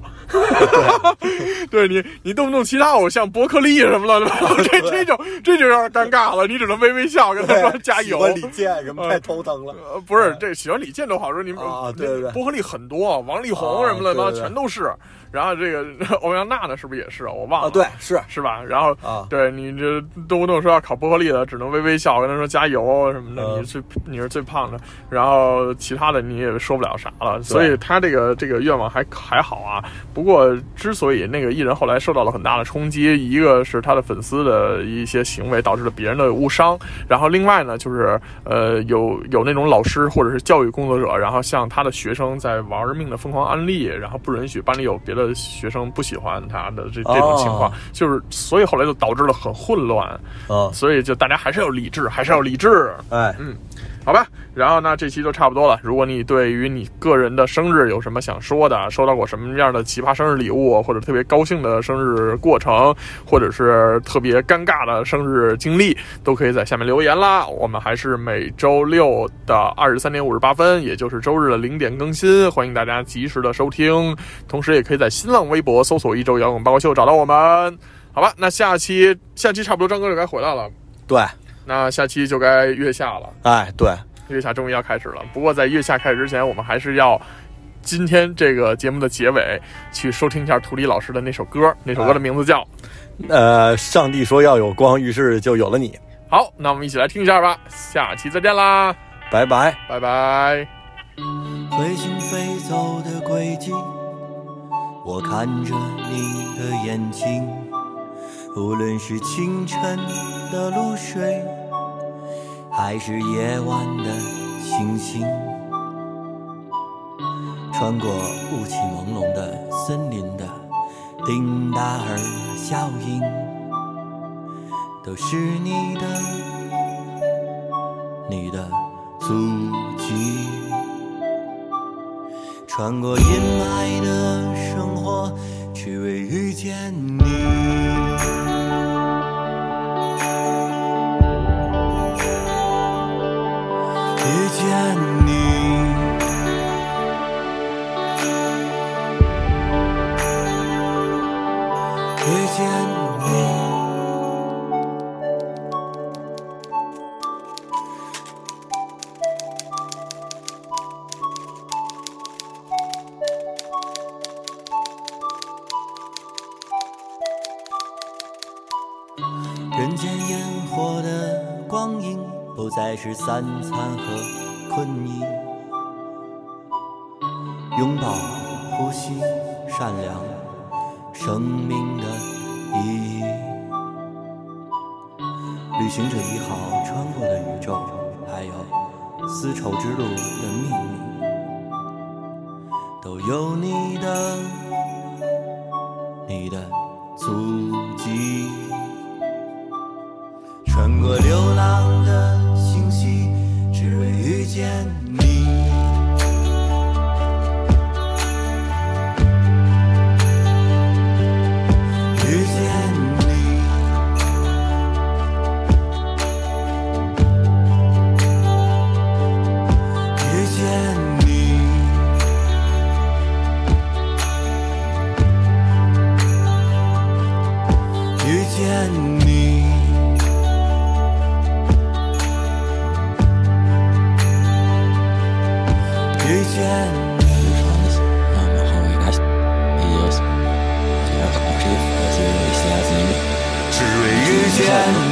[SPEAKER 2] 对你，你动不动其他偶像伯克利什么的，这这种这就有点尴尬了，你只能微微笑跟他说加油。
[SPEAKER 4] 喜欢李健什么太头疼了。
[SPEAKER 2] 呃，不是，这喜欢李健都好说，你们呃
[SPEAKER 4] 啊对对对
[SPEAKER 2] 伯克利很多，王力宏
[SPEAKER 4] 啊
[SPEAKER 2] 什么的，
[SPEAKER 4] 对对对
[SPEAKER 2] 全都是。然后这个 欧阳娜娜是不是也是？我忘了。
[SPEAKER 4] 啊，对，，是
[SPEAKER 2] 是吧？然后
[SPEAKER 4] 啊
[SPEAKER 2] 对你这动不动说要考伯克利的，只能微微笑，跟他说加油什么的。
[SPEAKER 4] 嗯
[SPEAKER 2] 你是最你是最胖的，然后其他的你也说不了啥了。所以他这个这个愿望还还好啊。不过之所以那个艺人后来受到了很大的冲击，一个是他的粉丝的一些行为导致了别人的误伤，然后另外呢就是呃有有那种老师或者是教育工作者，然后向他的学生在玩命的疯狂安利，然后不允许班里有别的学生不喜欢他的这这种情况。
[SPEAKER 4] 哦
[SPEAKER 2] 就是所以后来就导致了很混乱，
[SPEAKER 4] 啊，
[SPEAKER 2] 所以就大家还是要理智，还是要理智，
[SPEAKER 4] 哎，
[SPEAKER 2] 好吧？然后呢，这期就差不多了。如果你对于你个人的生日有什么想说的，收到过什么样的奇葩生日礼物，或者特别高兴的生日过程，或者是特别尴尬的生日经历，都可以在下面留言啦。我们还是每周六的二十三点五十八分，也就是周日的零点更新，欢迎大家及时的收听。同时，也可以在新浪微博搜索“一周摇滚八卦秀”找到我们。好吧，那下期下期差不多张哥就该回来了，
[SPEAKER 4] 对，
[SPEAKER 2] 那下期就该月下了。
[SPEAKER 4] 哎，对，
[SPEAKER 2] 月下终于要开始了。不过在月下开始之前，我们还是要今天这个节目的结尾去收听一下图里老师的那首歌，那首歌的名字叫《
[SPEAKER 4] 呃，上帝说要有光，于是就有了你，
[SPEAKER 2] 好》。那我们一起来听一下吧，下期再见啦，
[SPEAKER 4] 拜拜。
[SPEAKER 2] 拜拜。
[SPEAKER 5] 彗星飞走的轨迹，我看着你的眼睛，无论是清晨的露水，还是夜晚的星星，穿过雾气朦胧的森林的丁达尔效应，都是你的，你的足迹。穿过阴霾的生活，只为遇见你。遇见你，遇见你。人间烟火的光影，不再是三餐和困意。拥抱呼吸，善良，生命的意义。旅行者一号穿过的宇宙，还有丝绸之路的秘密，都有你的，你的足迹。穿过流浪的星系，只为遇见你。遇见你，遇遇见你。只为遇见。